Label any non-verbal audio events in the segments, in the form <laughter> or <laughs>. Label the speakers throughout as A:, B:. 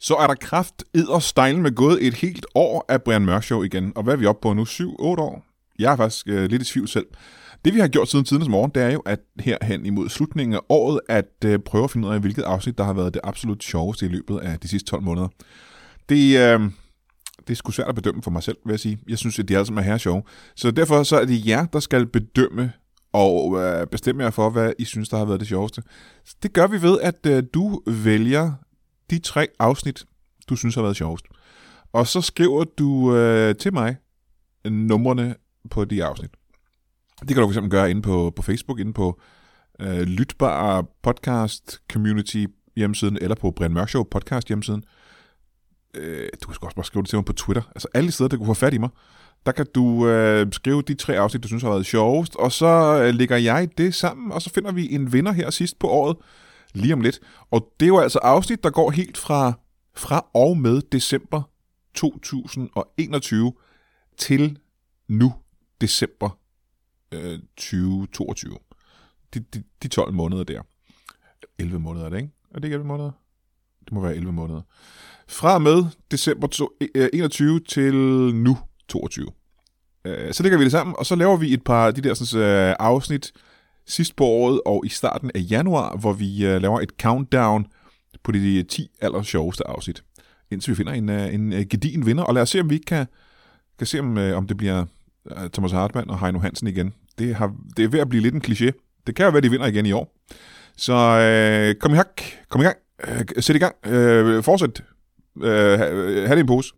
A: Så er der kraft style med gået et helt år af Brian Mørk Show igen. Og hvad er vi oppe på nu? 7-8 år? Jeg er faktisk øh, lidt i tvivl selv. Det vi har gjort siden tidens morgen, det er jo at her hen imod slutningen af året, at øh, prøve at finde ud af, hvilket afsnit, der har været det absolut sjoveste i løbet af de sidste 12 måneder. Det, øh, det er sgu svært at bedømme for mig selv, vil jeg sige. Jeg synes, at de alle sammen er her sjove. Så derfor så er det jer, der skal bedømme og øh, bestemme jer for, hvad I synes, der har været det sjoveste. Det gør vi ved, at øh, du vælger de tre afsnit, du synes har været sjovest. Og så skriver du øh, til mig numrene på de afsnit. Det kan du fx gøre inde på, på Facebook, inde på øh, Lytbar Podcast Community hjemmesiden, eller på Brian Mørk Show Podcast hjemmesiden. Øh, du kan sgu også bare skrive det til mig på Twitter. Altså alle de steder, der kunne få fat i mig. Der kan du øh, skrive de tre afsnit, du synes har været sjovest, og så øh, lægger jeg det sammen, og så finder vi en vinder her sidst på året, lige om lidt. Og det er jo altså afsnit, der går helt fra, fra og med december 2021 til nu, december øh, 2022. De, de, de 12 måneder der. 11 måneder er det, ikke? Er det ikke 11 måneder? Det må være 11 måneder. Fra og med december to- øh, 21 til nu 22. Øh, Så lægger vi det sammen, og så laver vi et par af de der sådan, øh, afsnit sidst på året og i starten af januar, hvor vi øh, laver et countdown på de 10 aller sjoveste afsnit. Indtil vi finder en, øh, en øh, gedigen vinder, og lad os se, om vi ikke kan, kan se, om, øh, om det bliver øh, Thomas Hartmann og Heino Hansen igen. Det, har, det er ved at blive lidt en kliché. Det kan jo være, de vinder igen i år. Så øh, kom i hak, kom i gang, øh, sæt i gang, øh, fortsæt, øh, ha, øh, ha' det i en pose.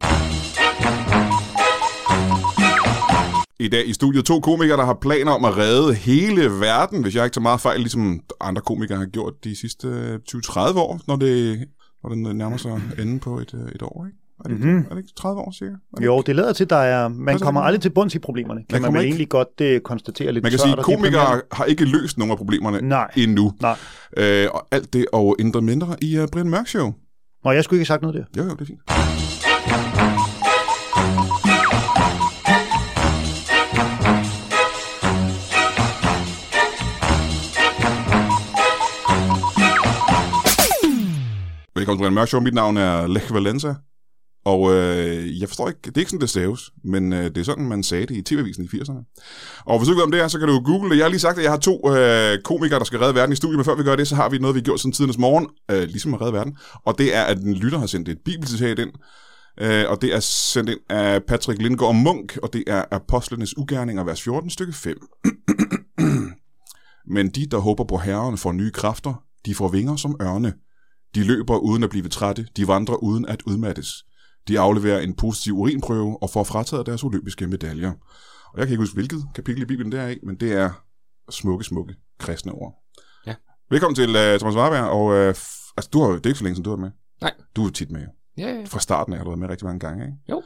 B: I dag i studiet to komikere, der har planer om at redde hele verden, hvis jeg ikke tager meget fejl, ligesom andre komikere har gjort de sidste øh, 20-30 år, når det når den nærmer sig enden på et, øh, et år, ikke? Er det, mm-hmm. er det ikke 30 år cirka? Er det
C: Jo, det lader til, der er, man kommer aldrig til bunds i problemerne, kan man
B: kommer
C: vel
B: ikke-
C: egentlig godt øh, konstatere lidt
B: Man kan
C: tørt
B: sige,
C: og
B: at komikere
C: deprimerende.
B: har ikke løst nogen af problemerne
C: Nej.
B: endnu.
C: Nej.
B: Øh, og alt det og indre mindre i uh, Brian Mørk Show.
C: Nå, jeg skulle ikke have sagt noget
B: Jo,
C: der.
B: jo, det er fint. Velkommen til Brian Mørk Show. Mit navn er Lech Valenza. Og øh, jeg forstår ikke, det er ikke sådan, det staves, men øh, det er sådan, man sagde det i TV-avisen i 80'erne. Og hvis du ikke ved, om det er, så kan du google det. Jeg har lige sagt, at jeg har to øh, komikere, der skal redde verden i studiet, men før vi gør det, så har vi noget, vi har gjort siden tidens morgen, øh, ligesom at redde verden. Og det er, at en lytter har sendt et bibelcitat ind, øh, og det er sendt ind af Patrick Lindgaard Munk, og det er Apostlenes Ugerninger, vers 14, stykke 5. <clears throat> men de, der håber på herren, får nye kræfter, de får vinger som ørne. De løber uden at blive trætte, de vandrer uden at udmattes. De afleverer en positiv urinprøve og får frataget deres olympiske medaljer. Og jeg kan ikke huske, hvilket kapitel i Bibelen det er i, men det er smukke, smukke kristne ord.
D: Ja.
B: Velkommen til uh, Thomas Warberg, og uh, f- altså, du har, jo- det er ikke så længe, siden du har været med.
D: Nej.
B: Du er tit med.
D: Ja, ja.
B: Fra starten af har du været med rigtig mange gange, ikke?
D: Jo.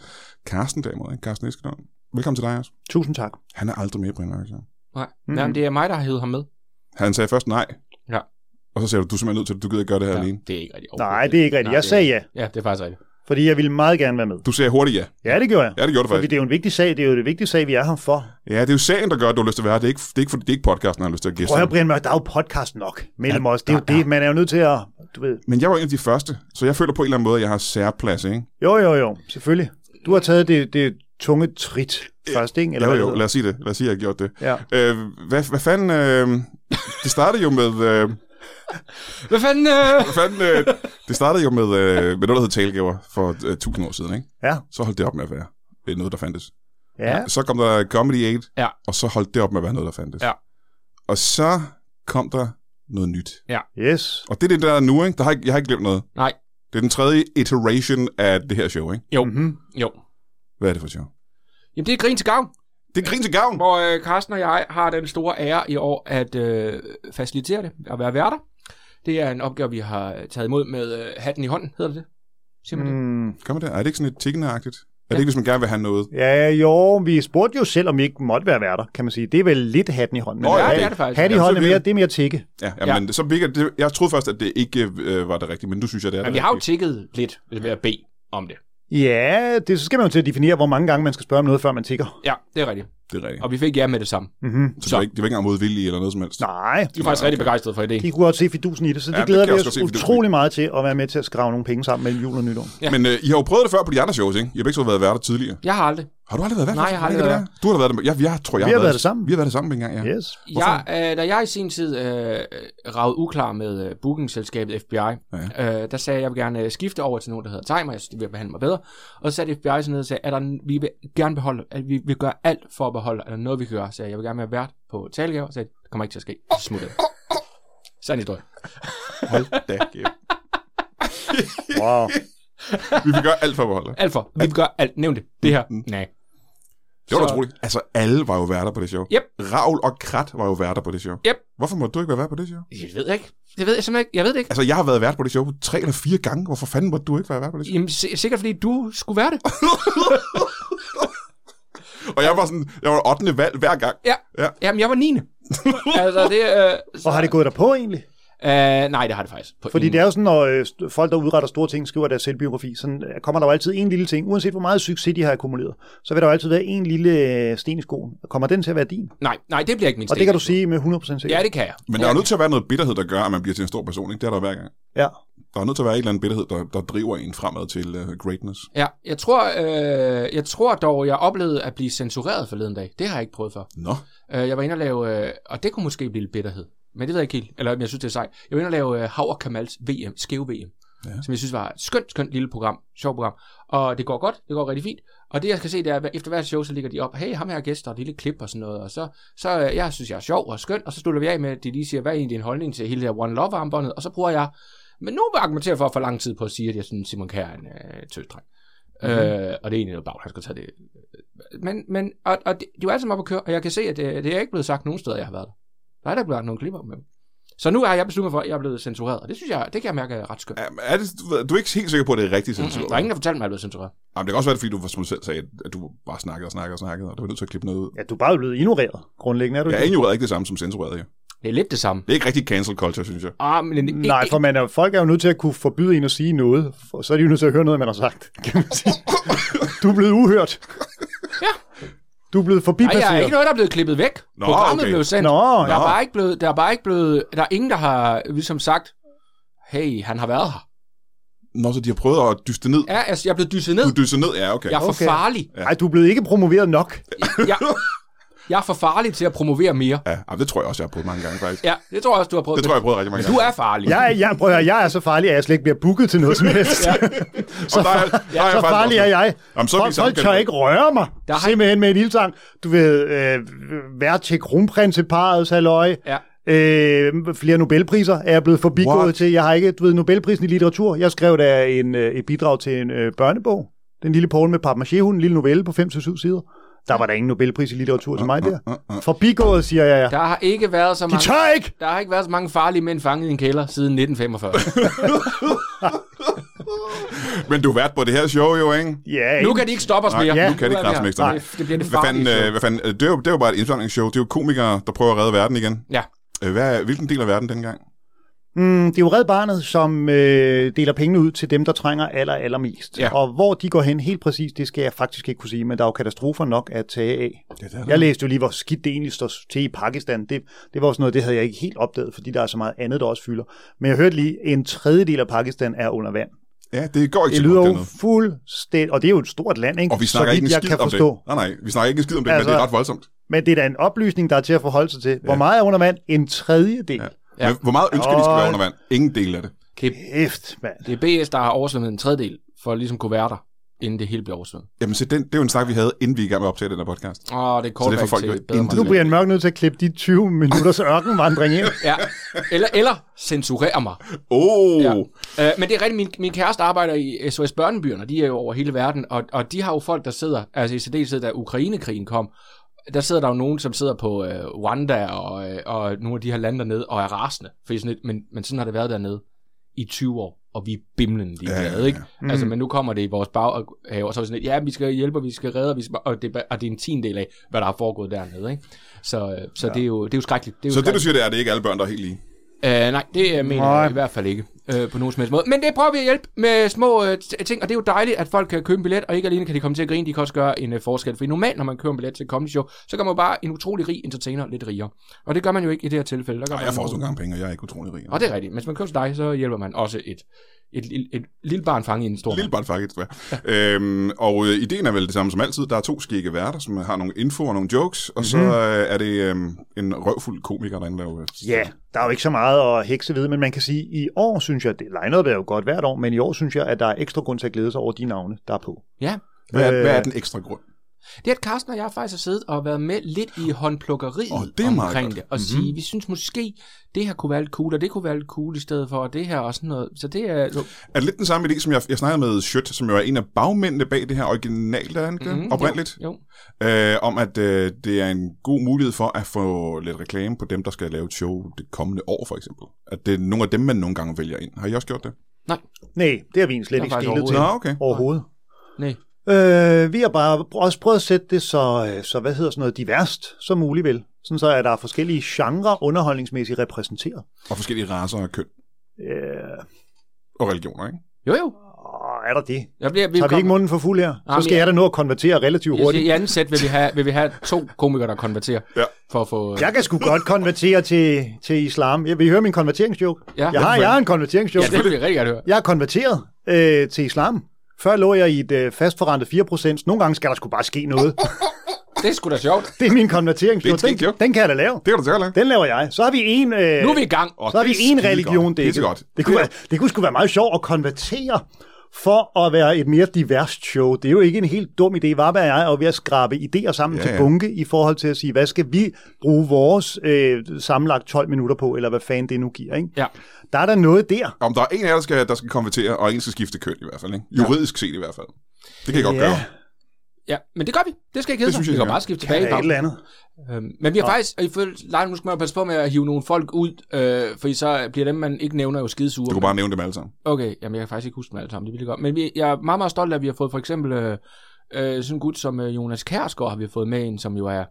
B: Karsten derimod, ikke? Karsten Eskedon. Velkommen til dig også.
C: Tusind tak.
B: Han er aldrig med i Brian Mørk Show.
D: Nej,
C: Mhm.
D: mm-hmm. Jamen, det er mig, der har hævet ham med.
B: Han sagde først nej.
D: Ja.
B: Og så sagde du, du er simpelthen nødt til det, du gider ikke gøre det her ja. alene.
D: det er ikke rigtigt.
C: Nej, det er ikke rigtigt.
D: Nej,
C: Jeg
D: det er
C: sagde ja,
D: Ja, det er faktisk rigtigt.
C: fordi jeg ville meget gerne være med.
B: Du sagde hurtigt ja.
C: Ja, det gjorde jeg.
B: Ja, det gjorde du
C: Fordi
B: faktisk.
C: det er jo en vigtig sag, det er jo det vigtige sag, vi er her for.
B: Ja, det er jo sagen, der gør, at du har lyst til at være her. Det er ikke, det er ikke, fordi- det er ikke podcasten, der har lyst til at gæste.
C: Prøv at høre, Brian Mørk, der er jo podcast nok mellem os. Det er jo
D: der-
C: det, man er jo nødt til at, du ved.
B: Men jeg var en af de første, så jeg føler på en eller anden måde, at jeg har særplads, ikke?
C: Jo, jo, jo, selvfølgelig. Du har taget det, det tunge trit først, ikke?
B: Jo,
C: hvad
B: jo,
C: det
B: lad os sige det. Lad os sige, at jeg har gjort det.
C: hedder. Ja.
B: Øh, hvad, hvad fanden... Øh, <laughs> det startede jo med... Øh,
D: Hvad fanden? Øh?
B: hvad fanden øh, det startede jo med, øh, med noget, der hed talegaver for øh, 1000 år siden, ikke?
C: Ja.
B: Så holdt det op med at være øh, noget, der fandtes.
C: Ja.
B: Så kom der Comedy 8,
D: Ja.
B: og så holdt det op med at være noget, der fandtes.
D: Ja.
B: Og så kom der noget nyt.
C: Yes.
B: Og det er det, der er nu, ikke? Der har, ikke- jeg har ikke glemt noget.
D: Nej.
B: Det er den tredje iteration af det her show, ikke?
D: Jo,
C: Mm-hmm.
D: jo.
B: Hvad er det for et show?
D: Jamen, det er grin til gavn,
B: Det er grin til gavn!
D: hvor øh, Carsten og jeg har den store ære i år at øh, facilitere det, at være værter. Det er en opgave, vi har taget imod med øh, hatten i hånden, hedder det det? Siger man mm. det?
C: Mm.
B: Kommer det? Er det ikke sådan lidt tiggende-agtigt? Er det ikke, hvis man gerne vil have noget?
C: Ja, jo, vi spurgte jo selv, om vi ikke måtte være værter, kan man sige. Det er vel lidt hatten i hånden.
B: Nå, ja,
C: hat-
B: det
D: er det faktisk.
C: Hat i
B: Jamen, så
C: hånden er
B: vi-
C: mere, det er mere tikke.
B: Ja, ja,
D: Ja.
B: men så virker det, jeg troede først, at det ikke øh, var det rigtige, men du synes, jeg, det er
D: Men
B: det
D: vi har jo
B: rigtige.
D: tækket lidt ved at bede om det.
C: Ja, det, så skal man jo til at definere, hvor mange gange man skal spørge om noget, før man tikker.
D: Ja, det er rigtigt.
B: Det er rigtigt.
D: Og vi fik ja med det samme.
C: Mm-hmm.
B: Så, så. Det, var ikke, det var ikke engang modvillige eller noget som helst.
C: Nej,
D: De er faktisk rigtig begejstrede for ideen.
C: de kunne godt se fidusen i det, så det
B: Ja,
C: ja,
B: det
C: glæder
B: kan jeg
C: det vi
B: også
C: os
B: godt se fidusen i.
C: utrolig meget til at være med til at skrave nogle penge sammen mellem jul og nytår.
B: Ja. Men øh, I har jo prøvet det før på de andre shows, ikke? I har begge to været værter tidligere.
D: Jeg har aldrig.
B: Har du aldrig været værter?
D: Nej, jeg har
B: Hvordan
D: aldrig
B: kan det være? Du har da været det. Jeg, jeg tror, jeg
C: Vi har været det sammen.
B: Vi har været det sammen engang, ja.
C: Yes.
D: Jeg, øh, da jeg i sin tid øh, ragede uklar med øh, bookingselskabet FBI, ja. øh, der sagde jeg, at jeg vil gerne øh, skifte over til nogen, der hedder Timer. Jeg synes, de vil behandle mig bedre. Og så satte FBI sig ned og sagde, at der, n- vi vil gerne beholde, at vi vil gøre alt for at beholde, er der noget, vi kan gøre? Så jeg, jeg vil gerne være vært på talegaver. Så sagde, de, det kommer ikke til at ske. Så smuttede jeg. Sand historie.
B: Hold da kæft.
C: Wow.
B: Vi vil gøre alt for at beholde dig.
D: Alt for. Vi vil gøre alt. Nævn det. Det her. Nej.
B: Det var da
D: Så-
B: utroligt. Altså, alle var jo værter på det show.
D: Yep.
B: Ravl og Krat var jo værter på det show.
D: Yep.
B: Hvorfor må du ikke være vært på det show?
D: Jeg ved ikke. Det ved jeg simpelthen ikke. Jeg ved det ikke.
B: Altså, jeg har været vært på det show tre eller fire gange. Hvorfor fanden må du ikke være vært på det show?
D: Altså- Jamen, si- sikkert fordi du skulle være det.
B: Og jeg var sådan, jeg var 8. valg hver gang.
D: Ja.
B: Ja.
D: Jamen, jeg var 9. <laughs> altså, det... Øh, så,
C: Og har det gået dig på egentlig?
D: øh, nej, det har det faktisk. På
C: Fordi
D: ingen-
C: det er jo sådan, når øh, st- folk, der udretter store ting, skriver deres selvbiografi, sådan øh, kommer der jo altid en lille ting. Uanset hvor meget succes de har akkumuleret, så vil der jo altid være en lille øh, sten i skoen. Kommer den til at være din?
D: Nej, nej, det bliver ikke min
C: Og
D: sten.
C: det kan du sige med 100% sikkerhed.
D: Ja, det kan jeg.
B: Men der er jo nødt til at være noget bitterhed, der gør, at man bliver til en stor person. Ikke? Det er der hver gang.
C: Ja.
B: Der er nødt til at være en eller anden bitterhed, der, der driver en fremad til uh, greatness.
D: Ja, jeg tror, øh, jeg tror dog, jeg oplevede at blive censureret forleden dag. Det har jeg ikke prøvet før.
B: Nå,
D: Øh, jeg var inde og lave, øh, og det kunne måske blive lidt bitterhed. Men det ved jeg ikke helt, eller om jeg synes, det er sejt. Jeg var inde og lave øh, Hav og Kamals VM, Skæve VM, ja. som jeg synes var et skønt, skønt lille program, sjovt program. Og det går godt, det går rigtig fint. Og det jeg skal se, det er, at efter hver show, så ligger de op, hey, ham her er gæst, og et lille klip og sådan noget. Og så, så øh, jeg synes, jeg er sjov og skøn, og så slutter vi af med, at de lige siger, hvad er egentlig din holdning til hele det her One Love-armbåndet? Og så bruger jeg, men nu vil jeg argumentere for for lang tid på at sige, at jeg synes, Simon Kjær er en øh, tøsdreng. Mm-hmm. Øh, og det er egentlig noget bag, han skal tage det men, men og, og det, de er jo alle sammen oppe at køre, og jeg kan se, at øh, det, det er ikke blevet sagt nogen steder, jeg har været der. Der er der ikke blevet nogen klipper med dem. Så nu er jeg besluttet mig for, at jeg er blevet censureret, og det synes jeg, det kan jeg mærke er ret skønt.
B: Jamen, er det, du, ved- du er ikke helt sikker på, at det er rigtigt
D: Mm, mm,
B: censur.
D: Der er ingen, der fortalte mig, at jeg er blevet censureret.
B: Jamen, det kan også være, fordi du, som du selv sagde, at du bare snakkede og snakkede og snakkede, og du var nødt til at klippe noget ud.
C: Ja, du er bare blevet ignoreret, grundlæggende. Er du
B: Jeg
C: ikke?
B: er ignoreret ikke det samme som censureret, jo.
D: Det er lidt det samme.
B: Det er ikke rigtig cancel culture, synes jeg.
D: Ah, men det,
C: Nej, for man er, folk er jo nødt til at kunne forbyde en at sige noget, for så er de jo nødt til at høre noget, man har sagt. <laughs> Kan man sige. Du er blevet uhørt.
D: Ja.
C: Du er blevet
D: Nej,
C: forbipasseret.
D: der er ikke noget, der er blevet klippet væk.
B: Nå,
D: Programmet
B: okay.
D: blev sendt.
C: Nå,
D: der, er
C: nå.
D: bare ikke blevet, der er bare ikke blevet, der er ingen, der har ligesom sagt, hey, han har været her.
B: Nå, så de har prøvet at dyste ned.
D: Ja, altså, jeg er blevet dysset ned.
B: Du dyster ned, ja, okay.
D: Jeg er for
C: Okay.
D: farlig.
C: Nej, du er blevet ikke promoveret nok.
D: Jeg, jeg er for farlig til at promovere mere.
B: Ja, jamen, det tror jeg også, jeg har prøvet mange gange, faktisk.
D: Ja, det tror jeg også, du har prøvet.
B: Det tror jeg, jeg har prøvet rigtig mange
D: Men du
B: gange.
D: er farlig.
C: Jeg, er- jeg, prøv at høre, jeg er så farlig, at jeg slet ikke bliver booket til noget som helst.
B: Og der er, der er
C: så
B: faktisk
C: farlig
B: også-
C: er jeg.
B: Jamen, så er vi
C: folk,
B: samme
C: folk tør
B: kategori.
C: ikke røre mig.
D: Der
C: Der
D: har-
C: har... Simpelthen med en ildsang. Du ved, øh, være til kronprinseparets halløj.
D: Ja.
C: Øh, flere Nobelpriser er jeg blevet forbigået
B: What?
C: til. Jeg har ikke, du ved, Nobelprisen i litteratur. Jeg skrev da en, øh, et bidrag til en øh, børnebog. Den lille Poul med papmaché en lille novelle på 5-7 sider. Der var der ingen Nobelpris i litteratur til mig der. Forbigået, siger jeg. Ja.
D: Der har ikke været så
C: De
D: mange...
C: tør ikke!
D: Der har ikke været så mange farlige mænd fanget i en kælder siden 1945.
B: Men du er vært på det her show, jo, ikke?
C: Ja,
D: nu kan de ikke stoppe os
B: Nej,
D: mere.
B: nu
C: Ja.
B: kan de
D: er vi
B: kraftedeme
D: her.
B: ikke stoppe.
D: Det, det bliver det
B: Hvad fanden,
D: farlige.
B: øh,
D: show.
B: hvad fanden, øh, det, er jo, det er jo bare et indsamlingsshow. Det er jo komikere, der prøver at redde verden igen.
D: Ja,
B: Øh, Hvad, er- hvilken del af verden dengang?
C: Mm, det er jo Red Barnet, som øh, deler pengene ud til dem, der trænger aller, allermest.
D: Ja.
C: Og hvor de går hen helt præcis, det skal jeg faktisk ikke kunne sige, men der er jo katastrofer nok at tage af.
B: Ja, det er
C: Jeg læste jo lige, hvor skidt det egentlig står til i Pakistan. Det, det var også noget, det havde jeg ikke helt opdaget, fordi der er så meget andet, der også fylder. Men jeg hørte lige, en tredjedel af Pakistan er under vand.
B: Ja, det går ikke
C: Det
B: så
C: lyder
B: godt
C: jo
B: dernede.
C: fuldstændig, og det er jo et stort land, ikke?
B: Og vi snakker
C: så vidt
B: ikke en
C: jeg
B: skid
C: kan
B: om
C: forstå.
B: det. Nej, nej, vi snakker ikke en skid om det, men
C: Altså-
B: det er ret voldsomt.
C: Men det er da en oplysning, der er til at forholde sig til. Hvor meget er under vand? En tredjedel. Ja.
D: Ja.
B: Ja. Hvor meget ønsker vi skal være
C: Og-
B: under vand? Ingen del af det.
D: det,
C: Hæft, mand.
D: det er BS, der har oversvømmet en tredjedel, for at ligesom kunne være der, inden det hele bliver oversvømmet.
B: Jamen se, den, det er jo en snak, vi havde, inden vi er i gang med at optage den her podcast.
D: Åh, det er kort
B: Så det får folk jo
D: til
B: intet ud
D: bedre
B: af.
C: Nu
D: materiale.
C: bliver jeg mørk nødt til at klippe de 20 minutters ørkenvandring
B: <laughs>
C: ind.
D: Ja. Eller, eller censurere mig.
B: Åh!
D: Ja.
B: Oh,
D: Øh, men det er rigtigt, min, min kæreste arbejder i SOS Børnebyen, og de er jo over hele verden, og, og de har jo folk, der sidder, altså i særdeleshed, da Ukrainekrigen kom, der sidder der jo nogen, som sidder på øh, Rwanda og, øh, og nogle af de her lande dernede, og er rasende, fordi sådan lidt, men, men sådan har det været dernede i 20 år, og vi er bimlen lige
B: Ja,
D: ja,
B: ja,
D: ja,
B: ja.
D: ikke? Mm. Altså, men nu kommer det i vores baghave, og så er vi sådan lidt, ja, vi skal hjælpe, og vi skal redde, og, vi skal, og, det, og det er en tiendel af, hvad der har foregået dernede, ikke? Så, øh, så ja. det, er jo, det er jo skrækkeligt. Det er jo
B: Så det, du
D: skrækkeligt.
B: siger, det er, at det ikke er alle børn, der er helt lige.
D: Øh, nej, det øh, mener
C: Nej.
D: jeg i hvert fald ikke. øh, på nogen som helst måde. Men det prøver vi at hjælpe med små øh, t- ting, og det er jo dejligt, at folk kan købe en billet, og ikke alene kan de komme til at grine, de kan også gøre en øh, forskel. For normalt, når man køber en billet til et comedy show, så gør man jo bare en utrolig rig entertainer lidt rigere. Og det gør man jo ikke i det her tilfælde. Der gør
B: Ej,
D: man
B: jeg får
D: jo-
B: også nogle gange penge, og jeg er ikke utrolig rig.
D: og det er rigtigt. Men hvis man køber til dig, så hjælper man også et, et, et, et lille barn fanget i en stor
B: Lille barn faktisk, tror jeg. Øhm, og øh, ideen er vel det samme som altid. Der er to skægge værter, som har nogle info og nogle jokes, og
D: Mhm.
B: så øh, er det øh, en røvfuld komiker, der anlaver.
C: Ja, der er jo ikke så meget at hekse ved, men man kan sige, i år synes jeg, det line er jo godt hvert år, men i år synes jeg, at der er ekstra grund til at glæde sig over de navne, der er på.
D: Ja.
B: Hvad, er,
C: Øh,
B: hvad er den ekstra grund?
D: Det er, at Carsten og jeg faktisk har siddet og været med lidt i håndplukkeriet
B: Åh,
D: oh,
B: det er meget
D: omkring
B: godt. Mhm.
D: det. Og mm-hmm. sige, vi synes måske, det her kunne være lidt cool, og det kunne være lidt cool i stedet for, og det her og sådan noget. Så det er...
B: Er det lidt den samme idé, som jeg, jeg snakkede med Schødt, som jo er en af bagmændene bag det her originalt, er han ikke mm,
D: Mhm,
B: oprindeligt?
D: Jo,
B: Øh, om at øh, det er en god mulighed for at få lidt reklame på dem, der skal lave et show det kommende år, for eksempel. At det er nogle af dem, man nogle gange vælger ind. Har I også gjort det?
C: Nej, det har vi egentlig slet
D: Der er
C: ikke
D: faktisk
C: stilet til
B: Nå,
D: overhovedet
B: okay.
C: overhovedet.
D: nej.
C: Øh, vi har bare pr- også prøvet at sætte det så, øh, så hvad hedder sådan noget, diverst som muligt vel. Sådan så, at der er forskellige genrer underholdningsmæssigt repræsenteret.
B: Og forskellige raser og køn
C: Øh,
B: og religioner, ikke?
D: Jo, jo.
C: åh, er der det?
D: Jeg bliver,
C: Har vi ikke munden for fuld her?
D: Jamen,
C: Så skal
D: ja.
C: jeg da nå at konvertere relativt
D: jeg siger,
C: hurtigt.
D: I anden sæt vil vi have, vil vi have to komikere, der konverterer.
B: Ja.
D: For at få...
C: Jeg kan sgu godt konvertere til, til islam. Jeg vil I høre min konverteringsjoke.
D: Ja.
C: Jeg har, jeg har en konverteringsjoke.
D: ja, det vil jeg rigtig gerne høre.
C: Jeg er konverteret øh, til islam. Før lå jeg i et øh, fastforrentet 4%. Nogle gange skal der sgu bare ske noget.
D: Det er sgu da sjovt.
C: Det er min
B: Det er et
C: konverteringsjoke. Den,
B: skægt joke.
C: den kan jeg da lave.
B: Det kan du selv lave.
C: Den laver jeg. Så har vi en... Øh,
D: Nu er vi i gang.
B: Og
C: så har vi
B: det er
C: en
B: skide
C: religion
B: godt. Det er så godt.
C: Det kunne, være, det kunne sgu være meget sjovt at konvertere for at være et mere diverst show. Det er jo ikke en helt dum idé. Varberg og jeg er jo ved at skrabe idéer sammen
B: Ja,
C: ja, til
B: ja.
C: bunke i forhold til at sige, hvad skal vi bruge vores øh, sammenlagt 12 minutter på, eller hvad fanden det nu giver. Ikke?
D: Ja.
C: Der er der noget der.
B: Om der er en af jer, der skal, der skal konvertere, og en skal skifte køn i hvert fald. Ikke? Juridisk set i hvert fald. Det kan I godt
C: Ja.
B: gøre.
D: Ja, men det gør vi. Det skal ikke hedde
B: Det synes
D: sig.
B: jeg,
D: Vi kan
B: ja.
D: bare skifte
C: Der
D: tilbage i
C: er et
D: pausen.
C: eller andet.
D: Øhm, men vi har faktisk, og ifølge Leif, nu skal man jo passe på med at hive nogle folk ud, øh, for så bliver dem, man ikke nævner, jo skidesure.
B: Du kunne bare nævne dem alle sammen.
D: Okay, jamen jeg kan faktisk ikke huske dem alle sammen, det vil jeg godt. Men vi, jeg er meget, meget stolt af, at vi har fået for eksempel øh, øh, sådan en gut som øh, Jonas Kærsgaard, har vi fået med en, som jo er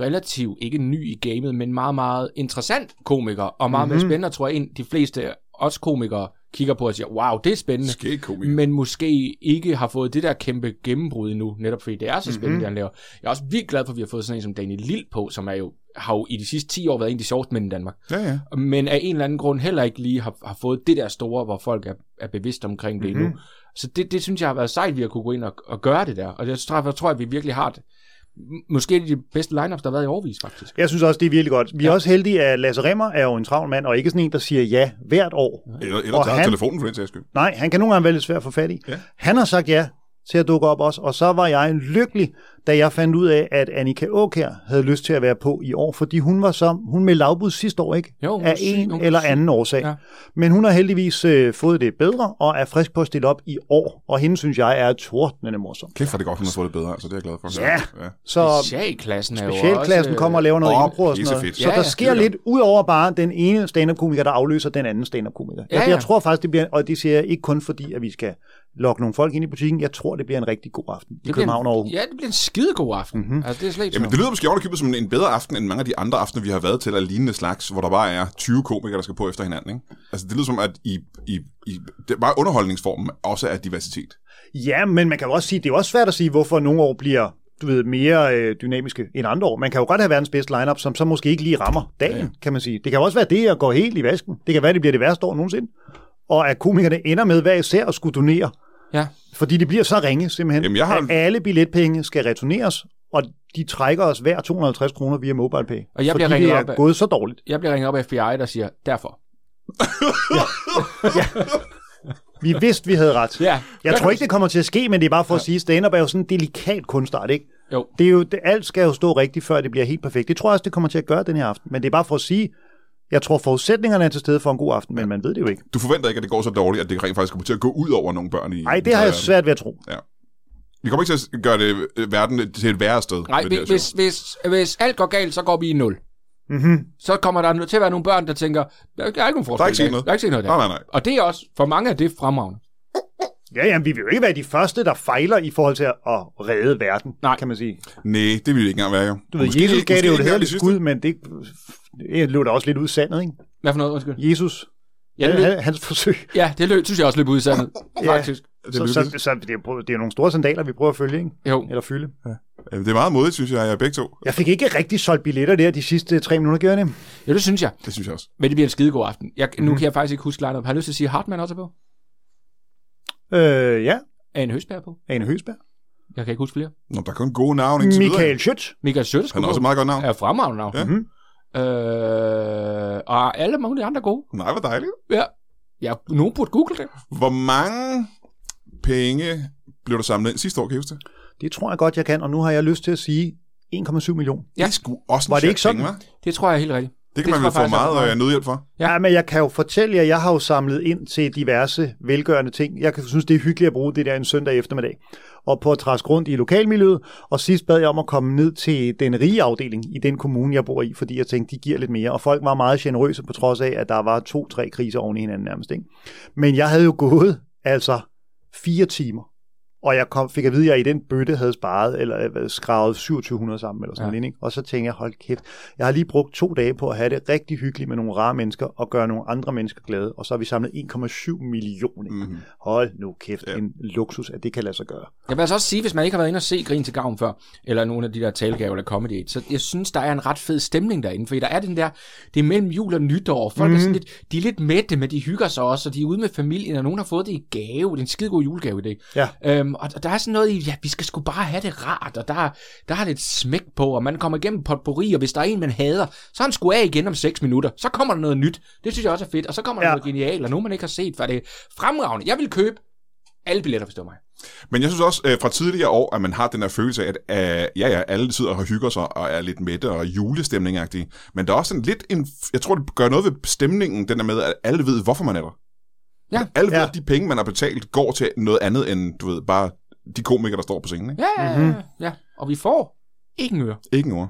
D: relativt, ikke ny i gamet, men meget, meget interessant komiker, og meget mm-hmm. mere spændende, tror jeg, en de fleste os komikere kigger på og siger, wow, det er spændende,
B: Skæg komiker.
D: men måske ikke har fået det der kæmpe gennembrud endnu, netop fordi det er så spændende, mm-hmm. det han laver. Jeg er også virkelig glad for, at vi har fået sådan en som Daniel Lille på, som er jo, har jo i de sidste 10 år været en af de sjoveste mænd i Danmark
B: Ja, ja.
D: men af en eller anden grund heller ikke lige har, har fået det der store, hvor folk er, er bevidste omkring det mm-hmm.
B: Mhm.
D: endnu. Så det, det synes jeg har været sejt, vi har kunne gå ind og, og gøre det der. Og jeg tror, jeg tror, at vi virkelig har det. M- Måske et af de bedste lineups, der har været i overvis, faktisk.
C: Jeg synes også, det er virkelig godt. Vi er også heldige, at Lasse Remmer er jo en travl mand, og ikke sådan en, der siger ja hvert år.
B: Eller, eller
C: Og
B: tager
C: han-
B: telefonen for den sags skyld.
C: Nej, han kan nogle gange være lidt svær at få fat i.
B: Ja.
C: Han har sagt ja til at dukke op også, og så var jeg lykkelig, da jeg fandt ud af, at Annika Åkær havde lyst til at være på i år, fordi hun var som, hun med lavbud sidste år, ikke?
D: Jo, hun var
C: af
D: syg,
C: en
D: hun var
C: eller
D: syg.
C: anden årsag.
D: Ja.
C: Ja. Men hun har heldigvis øh, fået det bedre, og er frisk på at stille op i år, og hende synes jeg er tordnende morsom.
B: Kæft, hvor er det godt, hun har fået det bedre, så det er jeg glad for.
C: Ja.
B: ja.
C: Så
D: Specialklassen er jo også,
C: specialklassen
D: øh,
C: kommer og laver noget
B: åh,
C: oprør og sådan noget.
B: pissefedt.
C: Så
D: Ja,
C: der
D: ja,
C: sker
B: det er
C: lidt ud over bare den ene stand-up-komiker, der afløser den anden stand-up-komiker.
D: Ja,
C: Ja,
D: ja.
C: Jeg tror faktisk, det bliver, og det siger jeg ikke kun fordi, at vi skal lokke nogle folk ind i butikken, jeg tror, det bliver en rigtig god aften i
D: det bliver
C: København og
D: en,
C: Aarhus.
D: Ja, det bliver en skidegod aften. Mm-hmm. Altså, det er slet ikke
B: Mhm. Jamen,
D: Jamen,
B: det lyder måske overkøbet som en bedre aften, end mange af de andre aftener, vi har været til, af lignende slags, hvor der bare er 20 komikere, der skal på efter hinanden. Ikke? Altså, det lyder som, at i, i, i det, bare underholdningsformen også er diversitet.
C: Ja, men man kan jo også sige, det er jo også svært at sige, hvorfor nogle år bliver du ved, mere øh, dynamiske end andre år. Man kan jo godt have verdens bedste lineup, som så måske ikke lige rammer dagen, ja. kan man sige. Det kan jo også være det, at går helt i vasken. Det kan være, det bliver det værste år nogensinde. Og at komikerne ender med hver især at skulle donere
D: ja.
C: Fordi det bliver så ringe simpelthen,
B: Jamen, jeg har-
C: at alle billetpenge skal returneres, og de trækker os hver 250 kroner via MobilePay.
D: Og jeg
C: fordi
D: bliver ringet
C: det er
D: op af-
C: gået så dårligt.
D: Jeg bliver ringet op af FBI, der siger, derfor.
C: Vi vidste, vi havde ret.
D: Ja.
C: Jeg tror ikke, det kommer til at ske, men det er bare for at sige, at stand-up er jo sådan en delikat kunstart, ikke?
D: Jo.
C: Det er jo, det, alt skal jo stå rigtigt, før det bliver helt perfekt. Det tror jeg også, det kommer til at gøre den her aften. Men det er bare for at sige, jeg tror, forudsætningerne er til stede for en god aften, men man ved det jo ikke.
B: Du forventer ikke, at det går så dårligt, at det rent faktisk kommer til at gå ud over nogle børn i...
C: Nej,
B: i den
C: det har jeg
B: tredje
C: svært ved at tro.
B: verden. Vi kommer ikke til at gøre det, øh, verden til et værre sted.
D: Nej,
B: med det her
D: hvis,
B: show.
D: hvis, hvis, hvis alt går galt, så går vi i nul.
C: Mm-hmm.
D: Så kommer der til at være nogle børn, der tænker, der er ikke nogen forskel.
B: Mhm. Der er ikke sket noget.
D: i dag. Der er ikke set noget der.
B: Nej, nej, nej.
D: Og det er også, for mange af det fremragende.
C: Ja, jamen, vi vil jo ikke være de første, der fejler i forhold til at at redde verden,
D: Nej.
C: kan man sige.
B: Nej, det vil det ikke engang være, jo.
C: Du ved,
B: Måske-
C: Jesus gav
B: måske
C: det
B: ikke
C: jo et
B: være
C: hederligt
B: sidste.
C: skud, men det, det løb da også lidt ud i sandet, ikke?
D: Hvad for noget, undskyld?
C: Jesus,
D: Ja, det, løb,
C: han, hans forsøg.
B: <laughs>
D: ja, det løb, synes jeg også løb ud i sandet,
C: Ja.
D: faktisk.
B: Det,
C: Så, så, så, det, er, jo- det er nogle store sandaler, vi prøver at følge, ikke?
D: Jo,
C: Eller fylde.
B: det er meget modigt, synes jeg, jeg begge to.
C: Jeg fik ikke rigtig solgt billetter der de sidste tre minutter, gjorde jeg det?
D: ja, det synes jeg.
B: Det synes jeg også.
D: Men det bliver en skidegod aften. Jeg, nu kan jeg faktisk ikke huske line-up. Har du lyst til at sige, at Hartmann også er på?
C: Øh, ja.
D: Er en høstbær på?
C: Ane Høsberg.
D: Jeg kan ikke huske flere.
B: Nå, der er kun gode navne indtil
C: Michael Schødt.
D: Michael Søtter
B: Han er også et meget godt navn.
D: er fremragende navn.
B: Ja.
C: Mhm.
D: Øh, og alle mulige andre gode.
B: Nej, hvor dejligt.
D: Ja. ja, nogen burde google det.
B: Hvor mange penge blev der samlet ind sidste år, kan I huske det?
C: Det tror jeg godt, jeg kan, og nu har jeg lyst til at sige 1,7 millioner.
D: Ja.
B: Det skulle også en
C: Var det
B: sjat
C: ikke sådan?
B: Penge, hva'?
D: Det tror jeg er helt rigtigt.
B: det kan man
D: Det tror
B: vel
D: jeg
B: få
D: faktisk
B: meget
D: også er
B: øh, nødhjælp for.
D: Ja.
C: Ja. ja, men jeg kan jo fortælle jer, jeg har jo samlet ind til diverse velgørende ting. Jeg kan synes, det er hyggeligt at bruge det der en søndag eftermiddag. Og på at træske rundt i lokalmiljøet, og sidst bad jeg om at komme ned til den rige afdeling i den kommune, jeg bor i, fordi jeg tænkte, de giver lidt mere. Og folk var meget generøse, på trods af, at der var to-tre kriser oven i hinanden nærmest. Ikke? Men jeg havde jo gået, altså fire timer. Og jeg kom, fik at vide, at jeg i den bøtte havde sparet, eller øh, hvad, skravet 2700 sammen, eller sådan
D: Ja.
C: ja. noget. Og så tænkte jeg, hold kæft, jeg har lige brugt to dage på at have det rigtig hyggeligt med nogle rare mennesker, og gøre nogle andre mennesker glade, og så har vi samlet 1,7 millioner. Mm.
B: Mm-hmm.
C: Hold nu kæft, ja. en luksus, at det kan lade sig gøre.
D: Jeg vil altså også sige, hvis man ikke har været inde og se Grin til Gavn før, eller nogle af de der talegaver eller comedy, Aid, så jeg synes, der er en ret fed stemning derinde, fordi der er den der, det er mellem jul og nytår, folk mm. er sådan lidt, de er lidt mætte, men de hygger sig også, og de er ude med familien, og nogen har fået det i gave, det er en skidegod julegave i dag.
C: Ja.
D: Øhm, og og der er sådan noget i, ja, vi skal sgu bare have det rart, og der, er- der er lidt smæk på, og man kommer igennem potpourri, og hvis der er en, man hader, så er han sgu af igen om 6 minutter, så kommer der noget nyt, det synes jeg også er fedt, og så kommer der ja.
C: Ja.
D: noget genialt, og nogen man ikke har set før, det er fremragende, jeg vil købe alle billetter, forstår mig.
B: Men jeg synes også øh, fra tidligere år, at man har den her følelse af, at øh, ja, ja, alle sidder og hygger sig og er lidt mætte og julestemningagtige. Men der er også en lidt en, jeg tror, det gør noget ved stemningen, den der med, at alle ved, hvorfor man er der.
D: Ja.
B: At alle ved,
C: Ja.
B: at de penge, man har betalt, går til noget andet end, du ved, bare de komikere, der står på scenen. Ikke?
D: Ja,
B: Mhm.
D: mm-hmm. ja, og vi får ikke en øre.
B: Ikke en ord.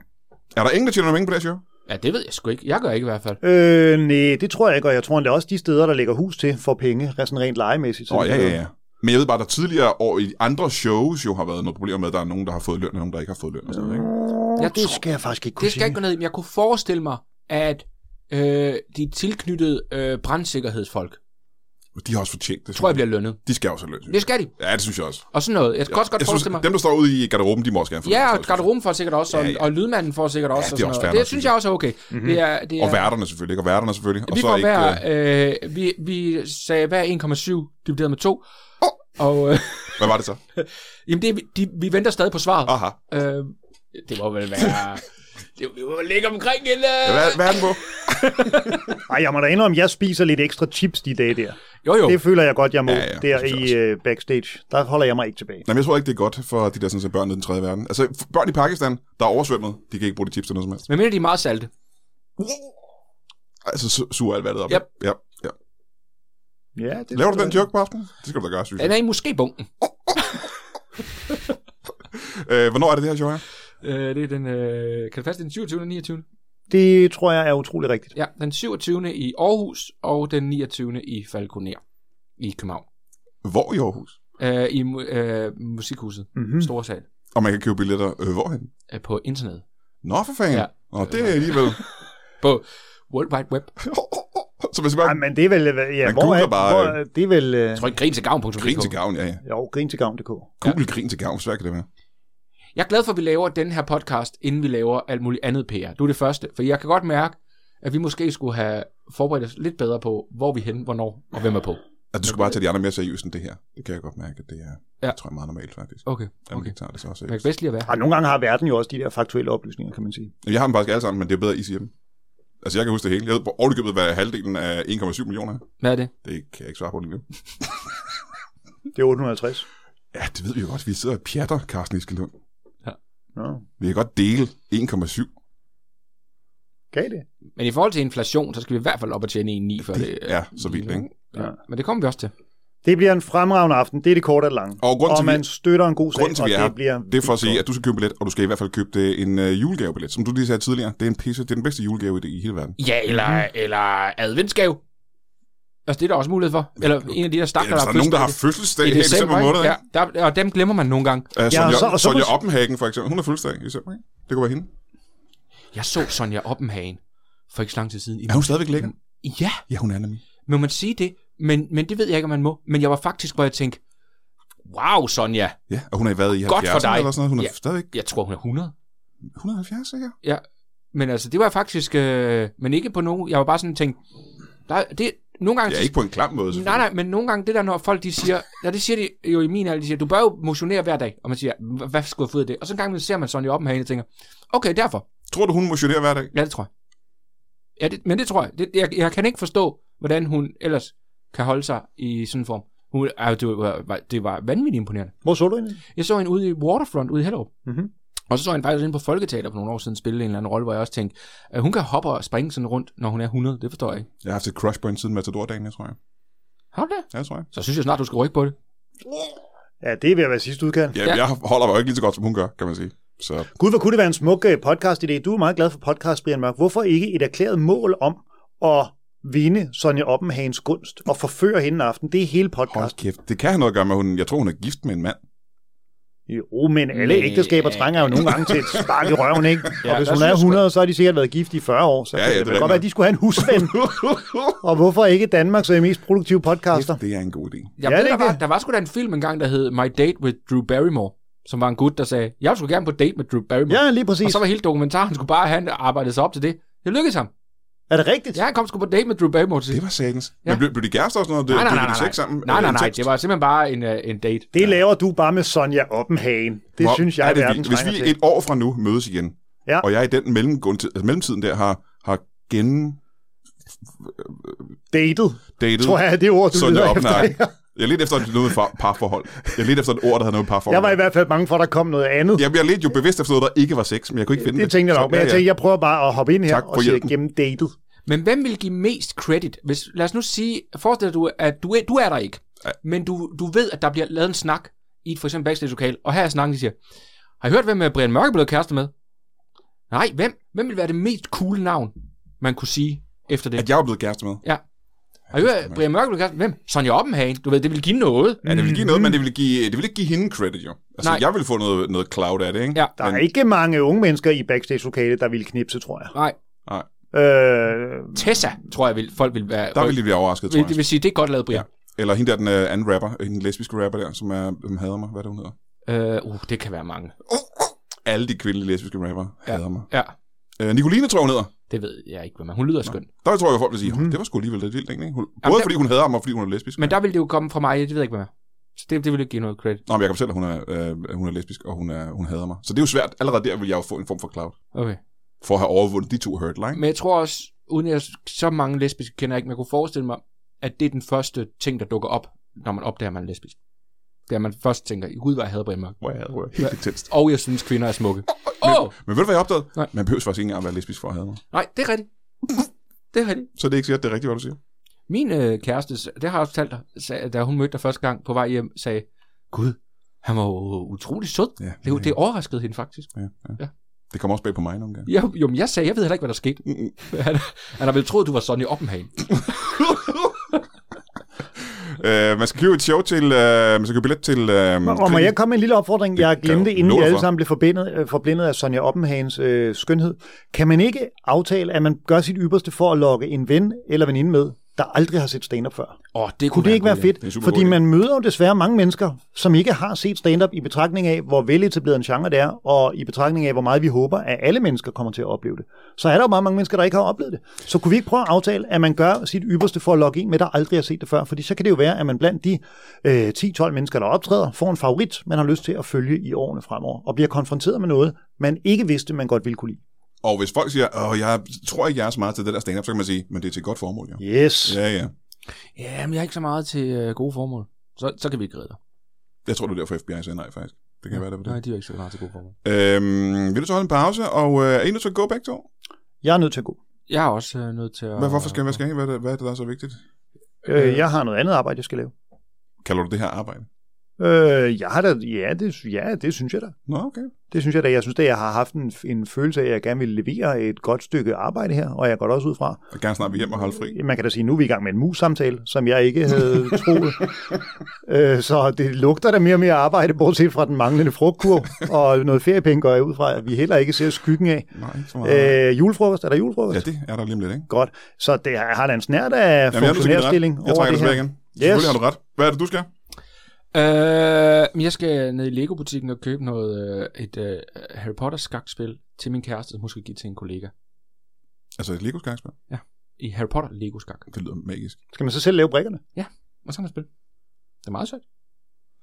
B: Er der ingen, der tjener nogle penge på det her show?
D: Ja, det ved jeg sgu ikke. Jeg gør ikke i hvert fald.
C: Øh, nej, det tror jeg ikke, og jeg tror endda også, de steder, der lægger hus til, får penge, sådan rent legemæssigt.
B: Åh, oh, ja, ja, ja. Men jeg ved bare, at der tidligere år i andre shows jo har været noget problem med, at der er nogen, der har fået løn, og nogen, der ikke har fået løn. Og sådan noget, ikke?
D: Jeg
C: Det
D: tror-
C: skal jeg faktisk ikke kunne
D: Det skal jeg
C: sige.
D: ikke gå ned i, men jeg kunne forestille mig, at øh, de tilknyttede øh, brandsikkerhedsfolk,
B: De har også fortjent det.
D: tror jeg bliver lønnet.
B: De skal også have løn, synes
D: Det
B: jeg.
D: skal de.
B: Ja, det synes jeg også.
D: Og sådan noget. Jeg kan også godt
B: jeg synes,
D: forestille mig.
B: dem, der står ude i garderoben, de må også gerne få
D: Ja,
B: løn,
D: og
B: tror jeg,
D: garderoben får sikkert også, og,
B: Ja, ja.
D: og lydmanden får sikkert også.
B: det er
D: og sådan
B: også
D: noget.
B: fair
D: det
B: nok,
D: synes
B: synes
D: jeg også er okay. Mm-hmm. Det er, det
B: synes jeg.
D: er,
B: Og værterne selvfølgelig, ikke? Og værterne selvfølgelig.
D: vi
B: og så
D: får
B: ikke...
D: hver,
B: øh,
D: øh, vi, vi sagde hver 1,7 divideret med 2. Og øh, <laughs>
B: Hvad var det så?
D: jamen det, er vi- de, vi venter stadig på svaret.
B: Aha.
D: Øh, det må vel være... <laughs> det må vel ligge omkring en...
B: Ja,
D: Øh...
B: Hvad, hvad er den på?
C: Ej, jeg må da indrømme, jeg spiser lidt ekstra chips de dage der.
D: Jo, jo.
C: Det føler jeg godt, jeg må
B: Ja,
C: ja,
B: ja,
C: ja,
B: det
C: der
B: synes jeg
C: i øh, backstage. Der holder jeg mig ikke tilbage.
B: Jamen, jeg tror ikke, det er godt for de der sådan, set børn i den tredje verden. Altså, f- børn i Pakistan, der er oversvømmet, de kan ikke bruge de chips til noget som helst.
D: Men mindre de er meget salte.
B: Altså, su- suger alt vandet op.
D: Yep.
B: Ja, ja.
C: Ja, det
B: Laver du den joke på aftenen? Det skal du da gøre, synes jeg.
D: Den er i måske bunken.
B: Øh, hvornår er det det her show her?
D: Øh, det er den, øh, kan det passe, det er den 27. og 29.
C: Det tror jeg er utrolig rigtigt.
D: Ja, den 27. i Aarhus og den 29. i Falconer i København.
B: Hvor i Aarhus?
D: Øh, I mu- øh, musikhuset,
C: Mm-hmm.
D: store sal,
B: Og man kan købe billetter øh, hvorhen?
D: øh, på internettet,
B: Nå, for fanden.
D: Ja.
B: Ja. Nå, det er alligevel...
D: på World Wide Web.
B: så man skal bare
C: Ej, men det er vel... øh, Ja,
B: Man
C: hvor
B: googler
C: er,
B: bare,
C: hvor, er- det er vel... Øh,
D: Jeg tror ikke, grin til gavn.
B: grine til gavn, ja, ja.
C: jo, grintilgavn.dk.
B: Google grin til gavn, svært kan det være.
D: Jeg er glad for, at vi laver den her podcast, inden vi laver alt muligt andet PR. Du er det første, for jeg kan godt mærke, at vi måske skulle have forberedt os lidt bedre på, hvor vi er henne, hvornår og hvem er på.
B: At du skal bare tage de andre mere seriøst end det her. Det kan jeg godt mærke, at det er,
D: Ja.
B: ja. jeg tror jeg, er meget normalt faktisk.
D: Okay,
B: At man
D: okay.
B: ikke tager det så seriøst.
D: Men jeg kan bedst lige at være her.
C: Ej, nogle gange har verden jo også de der faktuelle oplysninger, kan man sige.
B: Jamen, Jeg har dem faktisk alle sammen, men det er bedre, I siger dem. Altså, jeg kan huske det hele. Jeg ved på overkøbet, hvad halvdelen af 1,7 millioner er.
D: Hvad er det?
B: Det kan jeg ikke svare på lige nu.
C: Det er 850.
B: Ja, det ved vi jo godt. Vi sidder og pjatter, Carsten Iskelund.
C: Nå,
B: Vi kan godt dele 1,7.
C: gav det?
D: Men i forhold til inflation, så skal vi i hvert fald op og tjene 1,9 før det. øh,
B: Ja, så vildt, ikke?
D: Ja. Men det kommer vi også til.
C: Det bliver en fremragende aften. Det er det korte og det lange.
B: Og grunden
C: og
B: til, vi-
C: man støtter en god sag,
B: Grunden til,
C: og
B: vi er
C: det
B: her,
C: bliver...
B: det er for at sige, at du skal købe en billet, og du skal i hvert fald købe det en øh, julegavebillet. Som du lige sagde tidligere, det er en pisse. Det er den bedste julegave i, det, i hele verden.
D: Ja, eller, mm. eller adventsgave. Altså, det er der også mulighed for. Eller en af de der
B: Ja,
D: stakker,
B: hvis der er nogen, der har
D: fødselsdag
B: fødselsdag
D: i
B: her i december
D: ikke?
B: måned,
D: Ja, der, og dem glemmer man nogle gange.
B: Uh, Sonja, ja,
C: og
B: så,
C: så- og så-
B: Sonja Oppenhagen, for eksempel. Hun har fødselsdag i december, ikke? Det kunne være hende.
D: Jeg så Sonja Oppenhagen for ikke så lang tid siden.
B: Er hun stadigvæk lækker?
D: Ja,
B: Ja, hun er nemlig.
D: Må man sige det? Men, men det ved jeg ikke, om man må. Men jeg var faktisk, hvor jeg tænkte, wow Sonja,
B: Ja, og hun har været i
D: Godt for
B: 70'erne
D: dig.
B: eller sådan noget. Hun er
D: Ja.
B: ja. stadigvæk
D: jeg tror hun er 100.
B: 170, sikkert.
D: Men altså, det var jeg faktisk, øh, men ikke på nogen, jeg var bare sådan tænkt, der, det, nogle gange,
B: Ja, ikke på en klam måde,
D: nej,
B: selvfølgelig.
D: nej, men nogle gange det der, når folk de siger, ja, det siger de jo i min alder, de siger, du bør jo motionere hver dag, og man siger, "Hva- hvad skulle jeg få ud af det? Og så en gang imellem ser man Sonja op herinde og tænker, okay, derfor,
B: Tror du, hun motionerer hver dag?
D: ja, det tror jeg. Ja, det, men det tror jeg. Det, jeg, jeg kan ikke forstå, hvordan hun ellers kan holde sig i sådan en form. Hun, ej, det, var, det var vanvittigt imponerende.
C: Hvor så du hende?
D: Jeg så hende ude i Waterfront ude i Hellerup.
C: Mhm.
D: Og så så jeg hende faktisk inde på Folketeater for nogle år siden spille en eller anden rolle, hvor jeg også tænkte, at hun kan hoppe og springe sådan rundt, når hun er 100. Det forstår jeg ikke.
B: Jeg har haft et crush på hende siden Matador-dagen, jeg tror jeg.
D: Har du det?
B: Ja, tror jeg.
D: Så synes jeg snart, du skal rykke på det.
C: Ja, det er ved at være sidste udkald.
B: Ja,
D: Ja.
B: ja. jeg holder mig jo ikke lige så godt, som hun gør, kan man sige. Så
C: Gud, hvor kunne det være en smuk øh, podcast-idé. Du er meget glad for podcast, Brian Mørk. Hvorfor ikke et erklæret mål om at vinde Sonja Oppenhagens gunst og forføre hende en aften? Det er hele
B: hold
C: podcast.
B: kæft. Det kan have noget at gøre med, at hun, jeg tror, hun er gift med en mand.
C: Jo, men alle
D: Næh.
C: ægteskaber trænger jo nogle gange til et spark i røven, ikke?
D: Ja,
C: Og hvis
D: der
C: hun er
D: synes jeg-
C: 100, så har de sikkert været gift i 40 år, så
B: Ja, ja,
C: kan
B: det
C: det vil
B: er
C: godt være,
B: rigtigt.
C: at de skulle have en
B: <laughs>
C: husven. og hvorfor ikke Danmarks øh, mest produktive podcaster?
B: Det er en god idé.
D: Jeg
C: Ja,
D: ja, ved,
C: det er
D: der,
C: ikke
D: var,
C: det.
D: der var sgu da en film engang, der hed My Date with Drew Barrymore, som var en gut, der sagde, jeg skulle gerne på date med Drew Barrymore.
C: Ja, lige præcis.
D: og så var hele dokumentaren, skulle bare han arbejdede sig op til det. Det lykkedes ham.
C: Er det rigtigt?
D: Ja, han kom sgu på date med Drew Barrymore til
B: Det
D: sidst.
B: var satans.
D: Ja.
B: Men blev, blev de kærester og sådan noget?
D: Nej, nej, nej,
B: Blev de
D: nej,
B: sex sammen?
D: nej, nej,
B: Øh,
D: nej,
B: intenst?
D: det var simpelthen bare en, øh, en date.
C: Det laver du bare med Sonja Oppenhagen. Det
B: Hvor
C: synes jeg,
B: er det
C: verden
B: vildt. Hvis
C: trænger
B: vi
C: til.
B: et år fra nu mødes igen,
C: Ja.
B: og jeg i den mellemgrund- altså mellemtiden der har, har gendatet...
C: Datet, tror jeg, er det ord, du
B: Sonja
C: leder efter.
B: Oppenhagen. Jeg er lidt efter noget med far- parforhold. Jeg er lidt efter et ord, der havde noget med parforhold.
C: Jeg var i hvert fald bange for, at der kom noget andet.
B: Jamen, jeg lidt jo bevidst efter noget, der ikke var sex, men jeg kunne ikke finde det.
C: Det tænkte jeg nok,
B: Så-
C: men jeg tænkte, jeg prøver bare at hoppe ind her
B: Tak for
C: og sige
B: hjælpen.
C: gennem datet.
D: Men hvem vil give mest credit? Hvis, lad os nu sige, forestil dig, du, at du, er- du er der ikke,
B: Nej.
D: men du, du ved, at der bliver lavet en snak i et for eksempel backstage-lokal, og her er snakken, de siger, har I hørt, hvem øh, Brian Mørke blev kæreste med? Nej, hvem? Hvem vil være det mest cool navn, man kunne sige efter det?
B: At jeg var blevet kæreste med.
D: Har I hørt, Brian Mørke blev kæreste med hvem? Sonja Oppenhagen. Du ved, det vil give noget.
B: Ja, det ville give noget, men det ville, give, det ville ikke give hende credit, jo. Altså,
D: Nej.
B: Nej. jeg ville få noget, noget cloud af det, ikke?
D: Ja.
C: Der er ikke mange unge mennesker i backstage-lokalet, der ville knipse, tror jeg.
D: Nej,
C: Øh,
D: Tessa, tror jeg, vil, folk vil være...
B: Der ville de blive overrasket, tror
D: vil, det
B: jeg.
D: vil sige, det er godt lavet, Brian.
B: Eller hende der, den øh, anden rapper, en lesbiske rapper der, som, er, som hader mig. Hvad er det, hun hedder?
D: Ja. Uh, det kan være mange.
B: Alle de kvindelige lesbiske rapper hader mig.
D: oh. Ja,
B: Øh, Nicoline, tror jeg, hun hedder.
D: det ved jeg ikke, hvad man... Hun lyder skøn.
B: Der tror jeg, folk vil sige, mm det var sgu alligevel lidt vildt, ikke? Hun, både
D: der-
B: fordi hun hader ham, og fordi hun er lesbisk.
D: Men der ville det jo komme fra mig, det ved jeg ikke, hvad man... Så det, det ville ikke give noget credit.
B: Nå, men jeg kan fortælle, at hun er, øh, hun er lesbisk, og hun, er, hun hader mig. Så det er jo svært. Allerede der vil jeg jo få en form for cloud.
D: Okay.
B: For at have overvundet de to hurdler, ikke?
D: Men jeg tror også, uden jeg så mange lesbiske kender jeg ikke, men jeg kunne forestille mig, at det er den første ting, der dukker op, når man opdager, at man er lesbisk. Det er, at man først tænker, gud, hvad jeg havde Brian Mørk.
B: Hvor jeg hader helt intenst.
D: Og jeg synes, kvinder er smukke. Åh! Oh!
B: Men ved du, hvad jeg opdagede?
D: Nej.
B: Man behøver faktisk ikke engang at være lesbisk for at have mig.
D: Nej, det er rigtigt. Det er rigtigt.
B: Så det er ikke sikkert, det er rigtigt, hvad du siger.
D: Min øh, kæreste, det har jeg også fortalt dig, sagde, da hun mødte dig første gang på vej hjem, sagde, Gud, han var jo utrolig sød.
B: Ja,
D: Det, det overraskede hende faktisk.
B: ja, ja.
D: Ja.
B: ja. Det kommer også bag på mig nogle gange.
D: Jeg, jo, men jeg sagde, jeg ved heller ikke, hvad der skete.
B: Mm-mm.
D: Han, han har vel troet, du var Sonny Oppenhagen.
B: Øh, man skal købe et show til... Øh, man skal købe billet til... Øh,
C: og må jeg komme med en lille opfordring?
B: Det
C: Jeg
B: kan
C: glemte,
B: jeg
C: inden
B: love
C: vi
B: dig
C: alle
B: for.
C: sammen blev forbindet, øh, forblindet af Sonja Oppenhagens øh, skønhed. Kan man ikke aftale, at man gør sit yderste for at lokke en ven eller veninde med, der aldrig har set stand-up før?
D: Åh, oh, det
C: Kunne det ikke være fedt?
B: Det er en super
C: Fordi
B: god idé.
C: man møder jo desværre mange mennesker, som ikke har set stand-up i betragtning af, hvor veletableret en genre det er, og i betragtning af, hvor meget vi håber, at alle mennesker kommer til at opleve det. Så er der jo meget mange mennesker, der ikke har oplevet det. Så kunne vi ikke prøve at aftale, at man gør sit ypperste for at logge en med, der aldrig har set det før? Fordi så kan det jo være, at man blandt de øh, 10-12 mennesker, der optræder, får en favorit, man har lyst til at følge i årene fremover, og bliver konfronteret med noget, man ikke vidste, man godt ville kunne lide.
B: Og hvis folk siger, Åh, jeg tror ikke, jeg er så meget til det der stand-up, så kan man sige, men det er til et godt formål, ja.
C: Yes.
B: Ja, ja.
D: Ja, men jeg er ikke så meget til øh, gode formål. Så, så kan vi ikke redde dig.
B: Jeg tror, det er derfor, FBI sagde nej, faktisk. Det kan være, det var
D: Nej,
B: det.
D: de er jo ikke så meget til gode formål.
B: Øhm, vil du så holde en pause, og øh, er I nødt til at gå begge to?
C: Jeg er nødt til at gå.
D: Jeg er også øh, nødt til at...
B: Hvad, hvorfor skal, hvad skal I? Hvad er, det, hvad er det, der er så vigtigt?
C: Øh, jeg har noget andet arbejde, jeg skal lave.
B: Kalder du det her arbejde?
C: Øh, jeg har da, ja det, ja, det synes jeg da.
B: Nå, okay.
C: Det synes jeg da. Jeg synes da, jeg har haft en, en følelse af, at jeg gerne vil levere et godt stykke arbejde her, og jeg går da også ud fra.
B: Jeg vil gerne snart vil hjem og holde fri.
C: Man kan da sige, at nu er vi i gang med en mus-samtale, som jeg
B: <laughs>
C: ikke havde troet. øh, så det lugter da mere og mere arbejde, bortset fra den manglende frugtkur, og noget feriepenge går jeg ud fra, at vi heller ikke ser skyggen af.
B: Nej, ikke så meget.
C: Øh, julefrokost, er der julefrokost?
B: Ja, det er der lige om lidt, ikke?
C: Godt. Så det har- har da en snært af
B: Jamen, jeg er nødt til at give dig
C: funktionærstilling
B: ret. Jeg
C: over
B: trækker
C: det
B: det tilbage
C: her.
B: igen. Selvfølgelig
C: Yes.
B: har du ret. Hvad er det, du skal?
D: Øh, men jeg skal ned i Lego-butikken og købe noget, øh, et øh, Harry Potter-skakspil til min kæreste, som hun skal give til en kollega.
B: Altså et Lego-skakspil.
D: I Harry Potter Lego-skak.
B: Det lyder magisk.
C: Skal man så selv lave brikkerne?
D: Og så kan man spille. Det er meget sødt.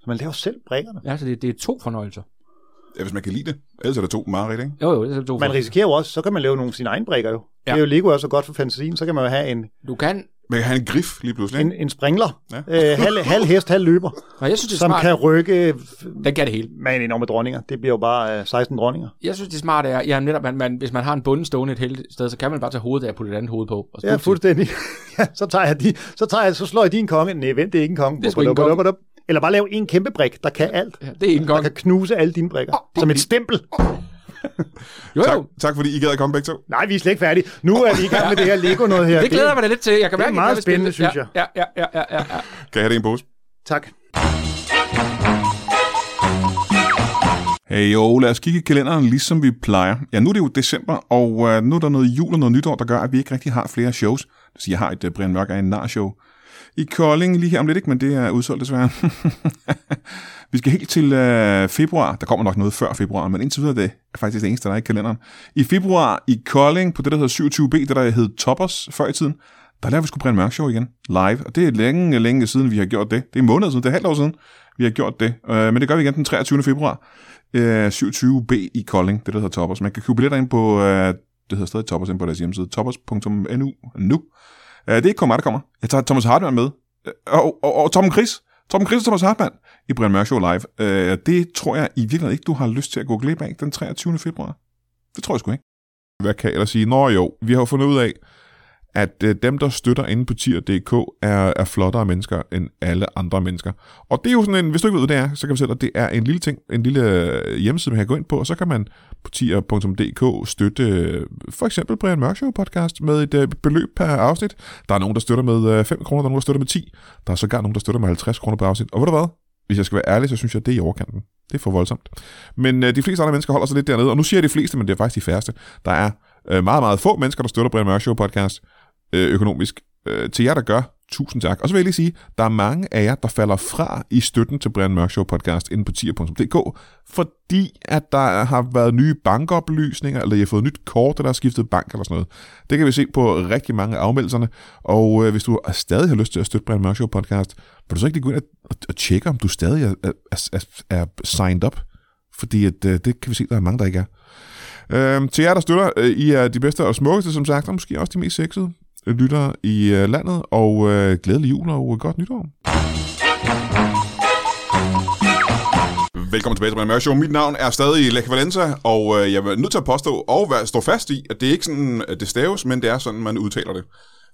C: Så man laver selv brikkerne?
D: Ja, altså det, det er to fornøjelser.
B: Ja, hvis man kan lide det. Ellers er der to meget rigtigt, ikke?
D: Jo, jo, det er to
C: Man
D: fornøjelser.
C: risikerer jo også, så kan man lave nogle af sine egne brikker jo. Ja.
D: Ja.
C: Det er jo Lego også så godt for fantasien, så kan man jo have en,
D: Du kan...
B: Man kan have en grif lige pludselig,
C: en,
B: ikke?
C: en springler, ja.
B: Ja.
C: øh, halv, halv hest, halv
D: <laughs>
C: løber,
D: Nå, jeg synes, det er
C: som
D: smart.
C: kan rykke f-
D: Den kan det hele.
C: med en enorme dronninger. Det bliver jo bare øh, 16 dronninger.
D: Jeg synes, det smarte er, ja, netop, man, man, hvis man har en bunden stående et helt sted, så kan man bare tage hovedet af og putte et andet hoved på. Og
C: Ja, fuldstændig. <laughs> ja, så, tager jeg de, så, tager jeg, så slår jeg din konge. Nej, vent, det er ikke en konge.
D: Det er sgu ikke en
C: Bup, bup,
D: konge.
C: bup, bup. Eller bare lave en kæmpe brik, der kan alt.
D: Ja, det er en
C: Der
D: gang.
C: kan knuse alle dine brikker.
D: Åh,
C: Som et stempel.
D: Jo,
B: Tak,
D: jo.
B: tak fordi I gad at komme begge to.
C: Nej, vi er slet ikke færdige. Nu er vi i
D: <laughs>
C: gang med det her Lego noget her.
D: Det glæder jeg mig da lidt til. Jeg kan
C: det er
D: mærke, at jeg
C: meget
D: vil
C: spændende,
D: spille det. Ja,
C: synes jeg.
D: Ja, ja, ja, ja, ja, ja.
B: Kan jeg have det i en pose?
C: Tak.
A: Hey, Øh, jo, lad os kigge i kalenderen, ligesom vi plejer. Ja, nu er det jo december, og øh, nu er der noget jul og noget nytår, der gør, at vi ikke rigtig har flere shows. Det vil sige, jeg har et øh, Brian Mørk er en nar-show i Kolding lige her om lidt, ikke? men det er udsolgt desværre. <laughs> vi skal helt til øh, februar. Der kommer nok noget før februar, men indtil videre er det faktisk det eneste, der er i kalenderen. I februar i Kolding, på det, der hedder 27B, det der hed Toppers før i tiden, der laver vi sgu Brian Mørk Show igen, live. Og det er længe, længe siden, vi har gjort det. Det er en måned siden, det er halvt år siden, vi har gjort det. Øh, men det gør vi igen den 23. februar. Øh, 27B i Kolding, det der hedder Toppers. Man kan købe billetter ind på, øh, det hedder stadig Toppers, ind på deres hjemmeside, toppers.nu nu. Øh, det er ikke kun mig, der kommer. Jeg tager Thomas Hartmann med. Øh, og, og, og Tom Chris. Tom Chris og Thomas Hartmann i Brian Mørk Show Live. Øh, det tror jeg i virkeligheden ikke, du har lyst til at gå glip af den 23. februar. Det tror jeg sgu ikke.
B: Hvad kan jeg ellers sige? Nå jo, vi har jo fundet ud af, at øh, dem, der støtter inde på tier.dk, er, er flottere mennesker end alle andre mennesker. Og det er jo sådan en, hvis du ikke ved, hvad det er, så kan vi fortælle dig, at det er en lille ting, en lille øh, hjemmeside, man kan gå ind på, og så kan man på tier.dk støtte øh, for eksempel Brian Mørk Show podcast med et øh, beløb per afsnit. Der er nogen, der støtter med øh, 5 kroner, der er nogen, der støtter med 10, der er sågar nogen, der støtter med 50 kroner per afsnit. Og ved du hvad? Hvis jeg skal være ærlig, så synes jeg, at det er i overkanten. Det er for voldsomt. Men øh, de fleste andre mennesker holder sig lidt dernede, og nu siger jeg de fleste, men det er faktisk de færreste. Der er øh, meget, meget få mennesker, der støtter Brian Mørk Show podcast øh, økonomisk. Øh, til jer, der gør, tusind tak. Og så vil jeg lige sige, der er mange af jer, der falder fra i støtten til Brian Mørk Show podcast inde på tier.dk, fordi at der har været nye bankoplysninger, eller I har fået nyt kort, eller har skiftet bank, eller sådan noget. Det kan vi se på rigtig mange af afmeldelserne. Og øh, hvis du stadig har lyst til at støtte Brian Mørk Show podcast, vil du så ikke lige gå ind og, og, og tjekke, om du stadig er, er, er, er signed up? Fordi at, øh, det kan vi se, der er mange, der ikke er. Øhm, til jer, der støtter, øh, I er de bedste og smukkeste, som sagt, og måske også de mest sexede lyttere i øh, landet, og øh, glædelig jul og øh, godt nytår. Velkommen tilbage til Brian Mørk Show. Mit navn er stadig Lech Valenza, og øh, jeg er nødt til at påstå og være- stå fast i, at det er ikke sådan, at det staves, men det er sådan, man udtaler det.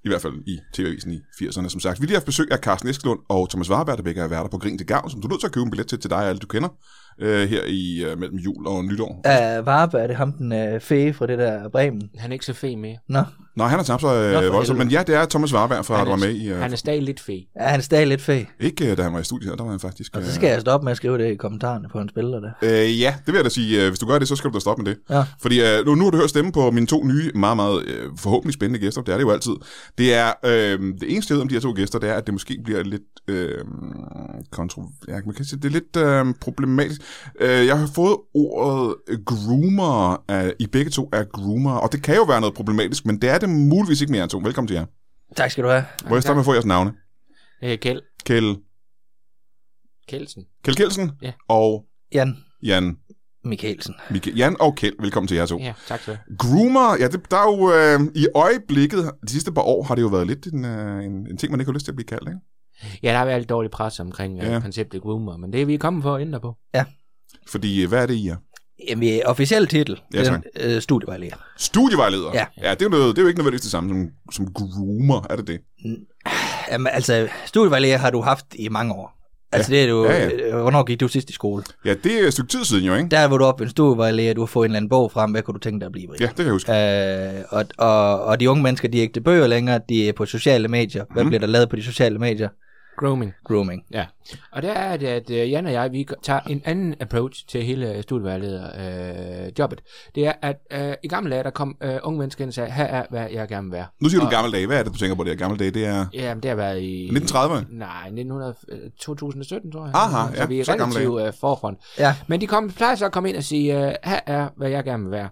B: I hvert fald i TV-avisen i 80'erne, som sagt. Vi lige har haft besøg af Carsten Eskelund og Thomas Warberg, der begge er værter på Grin til Gavn, som du er nødt til at købe en billet til, til dig og alle, du kender, øh, her i øh, mellem jul og nytår.
E: Uh, Varpe er det ham, den uh, fæge fra det der Bremen.
D: Han er ikke så fed mere.
E: Nå,
B: Nej, han har tabt sig
D: Nå,
B: øh,
D: for
B: voldsomt, men
D: helvede.
B: ja, det er Thomas Warberg fra,
D: Han
B: der
D: er-
B: var med i... Øh,
D: Han er stadig lidt fed.
E: ja, han er stadig lidt fæg.
B: ikke øh, da han var i studiet her, der var han faktisk...
E: Og
B: øh,
E: så skal jeg stoppe med at skrive det i kommentarerne på hans billeder der.
B: Øh, ja, det vil jeg da sige. øh, Hvis du gør det, så skal du da stoppe med det.
E: Ja.
B: Fordi øh, nu, nu har du hørt stemme på mine to nye, meget, meget øh, forhåbentlig spændende gæster. Det er det jo altid. Det er øh, det eneste, jeg ved om de her to gæster, det er, at det måske bliver lidt øh, kontro... Ja, man kan sige, det er lidt øh, problematisk. Øh, jeg har fået ordet øh, groomer. Øh, I begge to er groomer, og det kan jo være noget problematisk, men det er det muligvis ikke mere end to. Velkommen til jer.
E: Tak skal du have.
B: Må jeg starte med at få jeres navne?
D: Øh, Kjeld
B: Kjell,
D: Kjeldsen.
B: Kjell Kjeldsen
D: Ja.
B: og
E: Jan
B: Jan,
E: Mikkelsen.
B: Mik- Jan og Kjeld. Velkommen til jer to.
D: Ja, tak skal du have.
B: Groomer, ja, det, der er jo øh, i øjeblikket, de sidste par år har det jo været lidt en, øh, en, en ting, man ikke har lyst til at blive kaldt, ikke?
D: Ja, der har været lidt dårlig pres omkring
B: Ja.
D: ja. konceptet groomer, men det er vi kommet for at ændre på.
B: Fordi, øh, hvad er det, I er?
E: Jamen, øh, officiel titel.
B: Ja,
E: den,
B: tak.
E: øh, studievejleder.
B: Studievejleder.
E: Ja.
B: ja det, er jo noget, det er jo ikke nødvendigvis det samme som, som groomer, er det det?
E: Jamen, altså, studievejleder har du haft i mange år. Altså, det er jo...
B: Ja,
E: Ja,
B: ja.
E: ja. Hvornår gik du sidst i skole?
B: Ja, det er et stykke tid siden jo, ikke?
E: Der, hvor du op en stue, var lærer, du har fået en eller anden bog frem. Hvad kunne du tænke dig at blive?
B: Ja, det kan jeg huske.
E: Øh, og, og, og de unge mennesker, de er ikke til bøger længere, de er på sociale medier. Hvad mm.
B: Mhm.
E: bliver der lavet på de sociale medier?
D: Grooming.
E: Grooming.
D: Ja. Og der er det, at øh, Jan og jeg, vi tager en anden approach til hele studievejlederjobbet. Øh, jobbet. det er, at øh, i gamle dage, der kom øh, unge mennesker ind og sagde, her er, hvad jeg gerne vil være.
B: Nu siger du gamle dage. Hvad er det, du tænker på det her gamle dage? Det er
D: Jamen, det har været i...
B: 1930'erne.
D: Nej, 1900, øh, 2017, tror jeg.
B: Aha,
D: så
B: ja,
D: vi er
B: så gamle
D: relativt øh, forfront.
E: Ja.
D: Men de kom, plejer så at komme ind og sige, øh, her er, hvad jeg gerne vil være.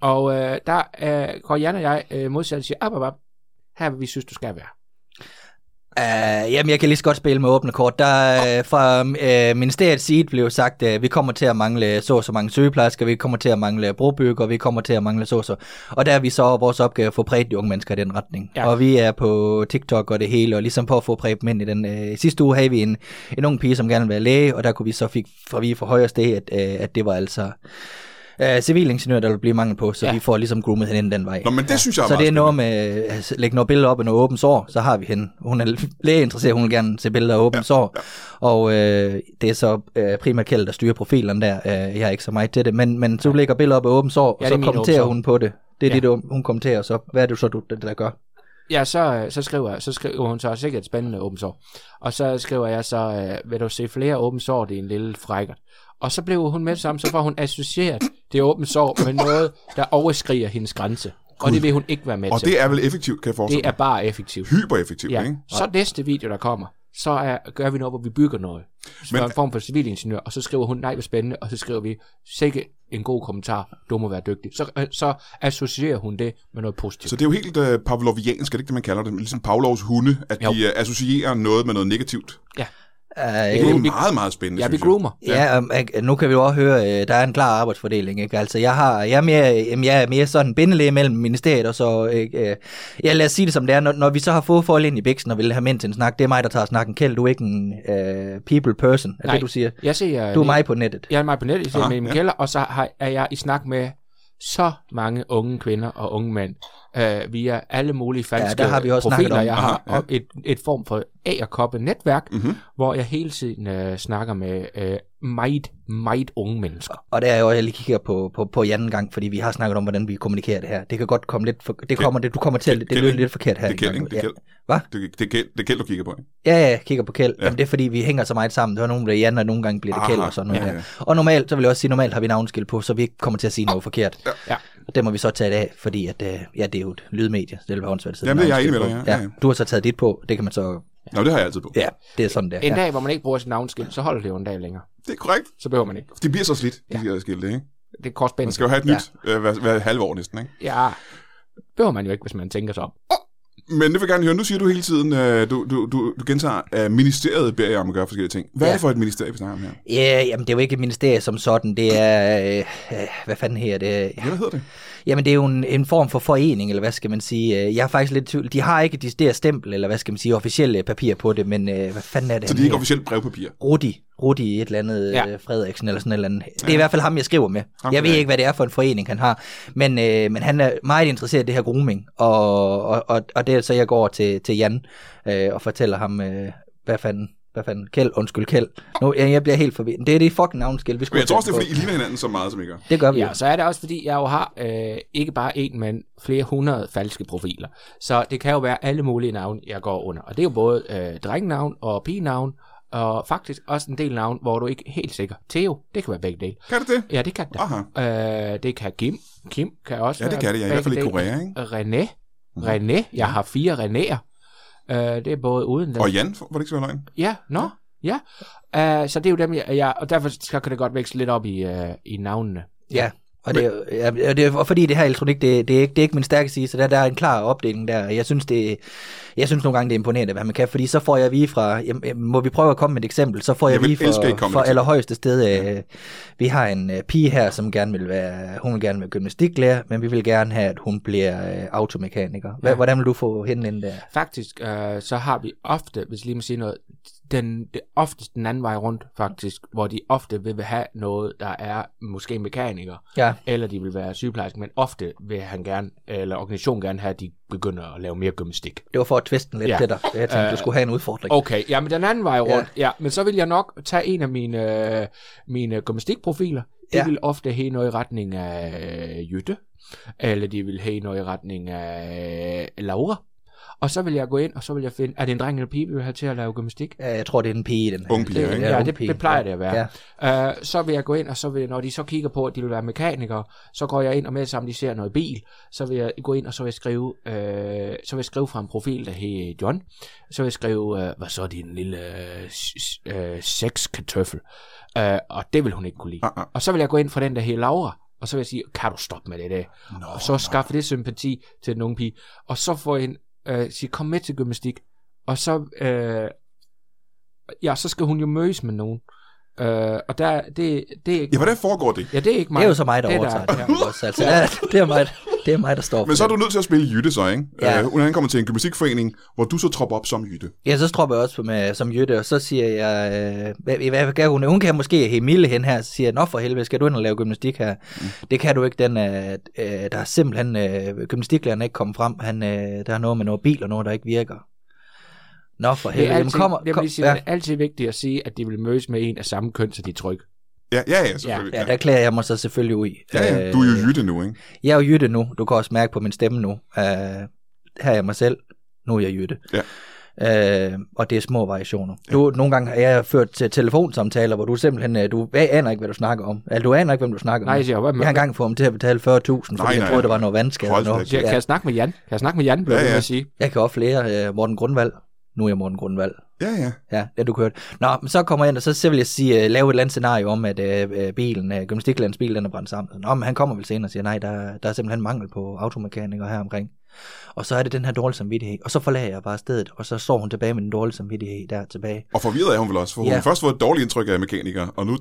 D: Og øh, der øh, går Jan og jeg øh, modsat og siger, op, op, op, her er, hvad vi synes, du skal være.
E: Uh, jamen, jeg kan lige så godt spille med åbne kort. Der uh, fra uh, ministeriets side blev sagt, at uh, vi kommer til at mangle så og så mange sygeplejersker, vi kommer til at mangle brobygger, vi kommer til at mangle så og så. Og der er vi så vores opgave at få præget de unge mennesker i den retning.
D: Ja.
E: Ja. Og vi er på TikTok og det hele, og ligesom på at få præget dem ind i den. Uh, sidste uge havde vi en, en ung pige, som gerne ville være læge, og der kunne vi så fik fra vi fra højre sted, at, uh, at det var altså uh, civilingeniør, der ville blive mangel på, så
D: Ja.
E: ja. vi får ligesom groomet hende ind den vej.
B: Nå, men det synes jeg er
E: Så
B: meget
E: det er
B: spændende.
E: noget med øh, altså, lægge noget billeder op af noget åbent sår, så har vi hende. Hun er lægeinteresseret, hun vil gerne se billeder af åbent ja, sår. Ja. Og øh, det er så øh, primært Kjeld, der styrer profilerne der. Øh, jeg er ikke så meget til det, men, men så lægger billeder op af åbent sår,
D: Ja,
E: ja,
D: det er
E: og så
D: min
E: kommenterer
D: åbent sår.
E: hun på det. Det er
D: Ja. Øh,
E: ja. det, hun kommenterer, så hvad er det så, du, det, der gør?
D: Ja, så, øh, så, skriver, så skriver hun så sikkert spændende åben sår. Og så skriver jeg så, øh, vil du se flere åben sår, det er en lille frækkert. Og så blev hun med det samme, så får hun associeret det åbne sår med noget, der overskriger hendes grænse. Og det vil hun ikke være med
B: Og
D: til.
B: det er vel effektivt, kan jeg forestille
D: det er
B: mig.
D: bare effektivt.
B: Hypereffektivt,
D: Ja.
B: ikke?
D: Så næste video, der kommer, så er, gør vi noget, hvor vi bygger noget. Så
B: Men-
D: Men, en form for civilingeniør, og så skriver hun, nej, hvor spændende, og så skriver vi, sikke en god kommentar, du må være dygtig. Så, øh, så associerer hun det med noget positivt.
B: Så det er jo helt øh, pavloviansk, er det ikke det, man kalder det? Ligesom Pavlovs hunde, at jo.
D: Jo.
B: de øh, associerer noget med noget negativt.
E: Øh,
B: Det
D: Vi-
B: er
D: vi-
B: meget, meget spændende,
D: Ja, vi
B: synes jeg.
D: groomer.
E: Ja, og, øh, nu kan vi jo også høre, øh, der er en klar arbejdsfordeling. Ikke? Altså, jeg, har, jeg, er mere, jamen, jeg er mere sådan bindelæge mellem ministeriet, og så... Øh, øh, ja, lad os sige det som det er. Når, når vi så har fået folk ind i biksen og vil have mænd til en snak, det er mig, der tager snakken. Kjeld, du er ikke en øh, people person, er Nej.
D: Nej.
E: det, du siger.
D: Jeg ser, øh,
E: Du er mig på nettet.
D: Jeg er mig på nettet, jeg sidder
B: Aha,
D: med i min
B: Ah, ja.
D: kælder, og så har, er jeg i snak med så mange unge kvinder og unge mænd øh, via alle mulige falske
E: der har vi også snakket
D: profiler,
E: om.
D: jeg
B: Aha,
D: har,
B: ja.
D: og et, et form for agerkoppe netværk,
B: Mhm.
D: mm-hmm. hvor jeg hele tiden øh, snakker med øh, meget, meget unge mennesker.
E: Og der er jo, jeg lige kigger på, på, på i anden gang, fordi vi har snakket om, hvordan vi kommunikerer det her. Det kan godt komme lidt... For, det kommer, det, du kommer til at... Det,
B: Kjeld,
E: det lyder
B: ikke?
E: lidt forkert her.
B: Det er Kjeld,
E: engang.
B: ikke? Det er Kjeld.
E: Hvad?
B: Det, det, er Kjeld, det er Kjeld, du kigger på, ikke?
E: Ja, ja, jeg kigger på Kjeld.
B: Ja.
E: Ja. Jamen, det er fordi, vi hænger så meget sammen. Der er nogen, der er Jan, og nogle gange bliver det
B: Aha,
E: Kjeld og sådan noget
B: ja,
E: ja,
B: ja.
E: ja. Og normalt, så vil jeg også sige, normalt har vi navnskilt på, så vi ikke kommer til at sige noget forkert.
D: Ja.
E: Og det må vi så tage det af, fordi at, øh, ja, det er jo et lydmedie, så det vil være håndsvært.
B: Jamen, det er jeg enig med dig, ja, ja,
E: ja. Du har så taget dit på, det kan man så...
B: Nå, det har jeg altid på.
E: Ja, det er sådan der.
D: En
E: Ja.
D: dag, hvor man ikke bruger sit navnskilt, så holder det jo en dag længere.
B: Det er korrekt.
D: Så behøver man ikke.
B: Det bliver så slidt, de ja. der skilte, ikke?
D: Det er korsbændet.
B: Man skal jo have et nyt ja. øh, hver, hver halve år næsten, ikke?
D: Ja. ja, behøver man jo ikke, hvis man tænker sig om.
B: Men det vil jeg gerne høre. Nu siger du hele tiden, øh, du, du, du, du gentager, at ministeriet beder jer om at gøre forskellige ting. Hvad ja. er
E: Ja.
B: det for et ministerie, vi snakker om her?
E: ja, jamen, det er jo ikke et ministerie som sådan. Det er... Øh, øh, hvad fanden her det?
B: Ja, hvad hedder det?
E: Jamen, det er jo en, en form for forening, eller hvad skal man sige. Øh, Jeg er faktisk lidt i tvivl. De har ikke de der stempel, eller hvad skal man sige, officielle papir på det, men øh, hvad fanden er det?
B: Så det
E: han
B: er ikke
E: hedder?
B: officielt brevpapir.
E: Rudi, Rudi et eller andet
D: Ja.
E: ja. Frederiksen eller sådan et eller andet. Det er i hvert fald ham, jeg skriver med.
B: Ham
E: jeg ved
B: der.
E: ikke, hvad det er for en forening, han har. Men, øh, men han er meget interesseret i det her grooming. Og, og, og, og det er så, jeg går til, til Jan øh, og fortæller ham, øh, hvad fanden, hvad fanden, Kjeld, undskyld Kjeld. Nu, jeg, jeg bliver helt forvirret. Det er det fucking navnskilt, vi
B: Men
E: skulle
B: jeg tror også, det er,
E: have
B: fordi I
E: tænkt
B: ligner hinanden så meget, som I gør.
E: på. Det gør vi
D: Ja,
E: ja.
D: og så er det også, fordi jeg jo har øh, ikke bare en, men flere hundrede falske profiler. Så det kan jo være alle mulige navne, jeg går under. Og det er jo både øh, drengnavn og pigenavn, og faktisk også en del navn, hvor du ikke er helt sikker. Theo, det kan være begge dele.
B: Kan det det?
D: Ja, det kan det.
B: Aha.
D: Øh, det kan Kim. Kim kan også
B: Ja, det
D: være
B: kan det. Ja, i hvert fald i
D: begge
B: Korea, Mm. ikke?
D: dele. René. René. Jeg har fire Renéer. Øh, det er både uden
B: Og Jan, var det ikke så løgn?
D: Ja, nå, no, ja. Uh, så det er jo dem, jeg, jeg, og derfor skal, kan det godt vækse lidt op i, uh, i navnene.
E: Ja. Og det, er jo- ja, og det, er- og fordi det her elektronik, det, det, er ikke, det er ikke min stærke side, så der, der er en klar opdeling der. Jeg synes, det, jeg synes nogle gange, det er imponerende, hvad man kan, fordi så får jeg vige fra, jamen, jamen, må vi prøve at komme med et eksempel, så får jeg,
B: Jeg vil
E: vige
B: elske, at I kommer
E: fra,
B: med et
E: fra
B: eksempel.
E: allerhøjeste sted. Ja. Vi har en øh, pige her, som gerne vil være, hun vil gerne være gymnastiklærer, men vi vil gerne have, at hun bliver øh, automekaniker. Hva,
D: Ja.
E: Hvordan vil du få hende ind der?
D: Faktisk, øh, så har vi ofte, hvis lige må sige noget, den, det er oftest den anden vej rundt, faktisk, hvor de ofte vil have noget, der er måske mekaniker,
E: Ja.
D: eller de vil være sygeplejerske, men ofte vil han gerne, eller organisationen gerne have, at de begynder at lave mere gymnastik.
E: Det var for at tviste den lidt,
D: Ja.
E: ja. det der. Jeg tænkte, du
D: Øh,
E: skulle have en udfordring.
D: Okay, ja, men den anden vej rundt, ja. ja. Men så vil jeg nok tage en af mine, øh, mine gymnastikprofiler. Det
E: Ja.
D: ja. vil ofte have noget i retning af øh, Jytte, eller de vil have noget i retning af øh, Laura. Og så vil jeg gå ind, og så vil jeg finde, er det en dreng eller pige, vi vil have til at lave gymnastik?
E: Ja, Jeg tror, det er en pige, den her.
B: Ung pige,
D: Det,
B: ikke?
D: ja,
E: ung
D: det-
E: pige.
D: det plejer det at være.
E: Ja.
D: Øh, så vil jeg gå ind, og så vil, når de så kigger på, at de vil være mekanikere, så går jeg ind, og med det samme de ser noget bil, så vil jeg gå ind, og så vil jeg skrive, øh, så vil jeg skrive fra en profil, der hedder John, så vil jeg skrive, øh, hvad så din lille øh, s- s- øh, sexkartøffel, øh, og det vil hun ikke kunne lide.
B: Ah, ah.
D: Og så vil jeg gå ind for den, der hedder Laura, og så vil jeg sige, kan du stoppe med det der?
B: Nå,
D: og så skaffe det sympati til den unge pige. Og så får en øh, sige, kom med til gymnastik. Og så, øh, ja, så skal hun jo mødes med nogen. Øh, og der, det, det er ikke
B: Ja, hvordan foregår det?
D: ja, det er ikke mig.
E: Det er jo så mig, der
D: Det er
E: overtager
D: dig,
E: det. her også, altså. Ja, det, er mig, det er mig, der står for
B: Men så er
E: det.
B: du nødt til at spille Jytte så, ikke?
E: Ja.
B: Ja. Øh, han kommer til en gymnastikforening, hvor du så tropper op som Jytte.
E: Ja, så stropper jeg også på med, som Jytte, og så siger jeg, øh, hvad, hvad kan hun? Hun kan måske have Mille hen her, så siger jeg, nå for helvede, skal du ind og lave gymnastik her? Mm. Det kan du ikke, den, øh, øh, der er simpelthen, øh, gymnastiklæreren er ikke kommet frem, han, øh, der er noget med noget bil og noget, der ikke virker. Nå for
D: Det
E: helvede,
D: er,
E: Jamen,
D: altid,
E: kommer,
D: jeg
E: kom,
D: vil sige,
E: ja,
D: det er altid vigtigt at sige, at de vil mødes med en af samme køn, så de er trygge.
B: Ja, ja, ja, selvfølgelig.
E: ja, der Øh, klæder jeg mig så selvfølgelig ud.
B: ja, ja. Du er jo Jytte nu, ikke?
E: Jeg er jo Jytte nu. Du kan også mærke på min stemme nu. Øh, her er jeg mig selv. Nu er jeg Jytte.
B: Ja.
E: Øh, og det er små variationer. Du, Nogle gange har jeg ført til telefonsamtaler, hvor du simpelthen, øh, du jeg aner ikke, hvad du snakker om. Altså, du aner ikke, hvem du snakker
D: Nej,
E: om.
D: jeg siger, hvad
E: Jeg har
D: med?
E: engang fået ham til at betale 40.000, fordi
B: Nej,
E: jeg
B: nej.
E: troede, det var noget vandskade.
B: Hold
E: eller
B: da
E: Noget.
D: Siger, kan
E: Ja.
D: jeg snakke med Jan? Kan jeg snakke med Jan, blev
B: Ja,
D: ja, ja.
B: ja.
D: at sige.
E: Jeg kan også flere. Øh, Morten Grundvald. Nu er jeg Morten Grundvald.
B: Ja, ja.
E: Ja, det du kørte. Nå, men så kommer jeg ind, og så, så vil jeg sige, uh, lave et eller andet scenarie om, at uh, bilen, uh, gymnastiklærens bil, den er brændt sammen. Nå, men han kommer vel senere og siger, nej, der, der er simpelthen mangel på automekanikere her omkring. Og så er det den her dårlige samvittighed, og så forlader jeg bare stedet, og så står hun tilbage med den dårlige samvittighed der tilbage.
B: Og forvirret er hun vel også, for hun
E: Ja.
B: har først fået et dårligt indtryk af mekaniker, og nu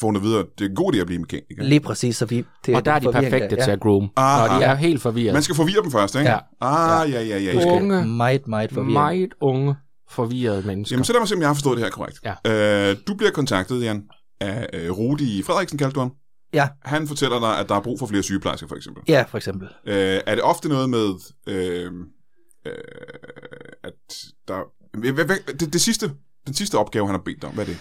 B: får hun at vide, at det er en god idé at blive mekaniker.
E: Lige præcis, så vi... Det,
D: Og der er de
E: forvirring
D: perfekte
E: ja. Ah,
D: til at groom.
B: Aha.
D: Og de er helt
B: Man
D: forvirrede.
B: skal forvirre dem først, ikke?
D: Ja.
B: Ah, ja, ja, ja. ja.
D: Unge,
E: Meget, meget forvirring.
D: meget unge, forvirrede mennesker.
B: Jamen, så lad mig se, om jeg har forstået det her korrekt.
D: Ja.
B: Øh, du bliver kontaktet, Jan, af øh, Rudi Frederiksen, kaldte du ham.
E: Ja.
B: Han fortæller dig, at der er brug for flere sygeplejersker, for eksempel.
E: Ja, for eksempel.
B: Øh, er det ofte noget med, øh, øh, at der... Hvad, hvad, hvad- det, det sidste, den sidste opgave, han har bedt dig om, hvad er det?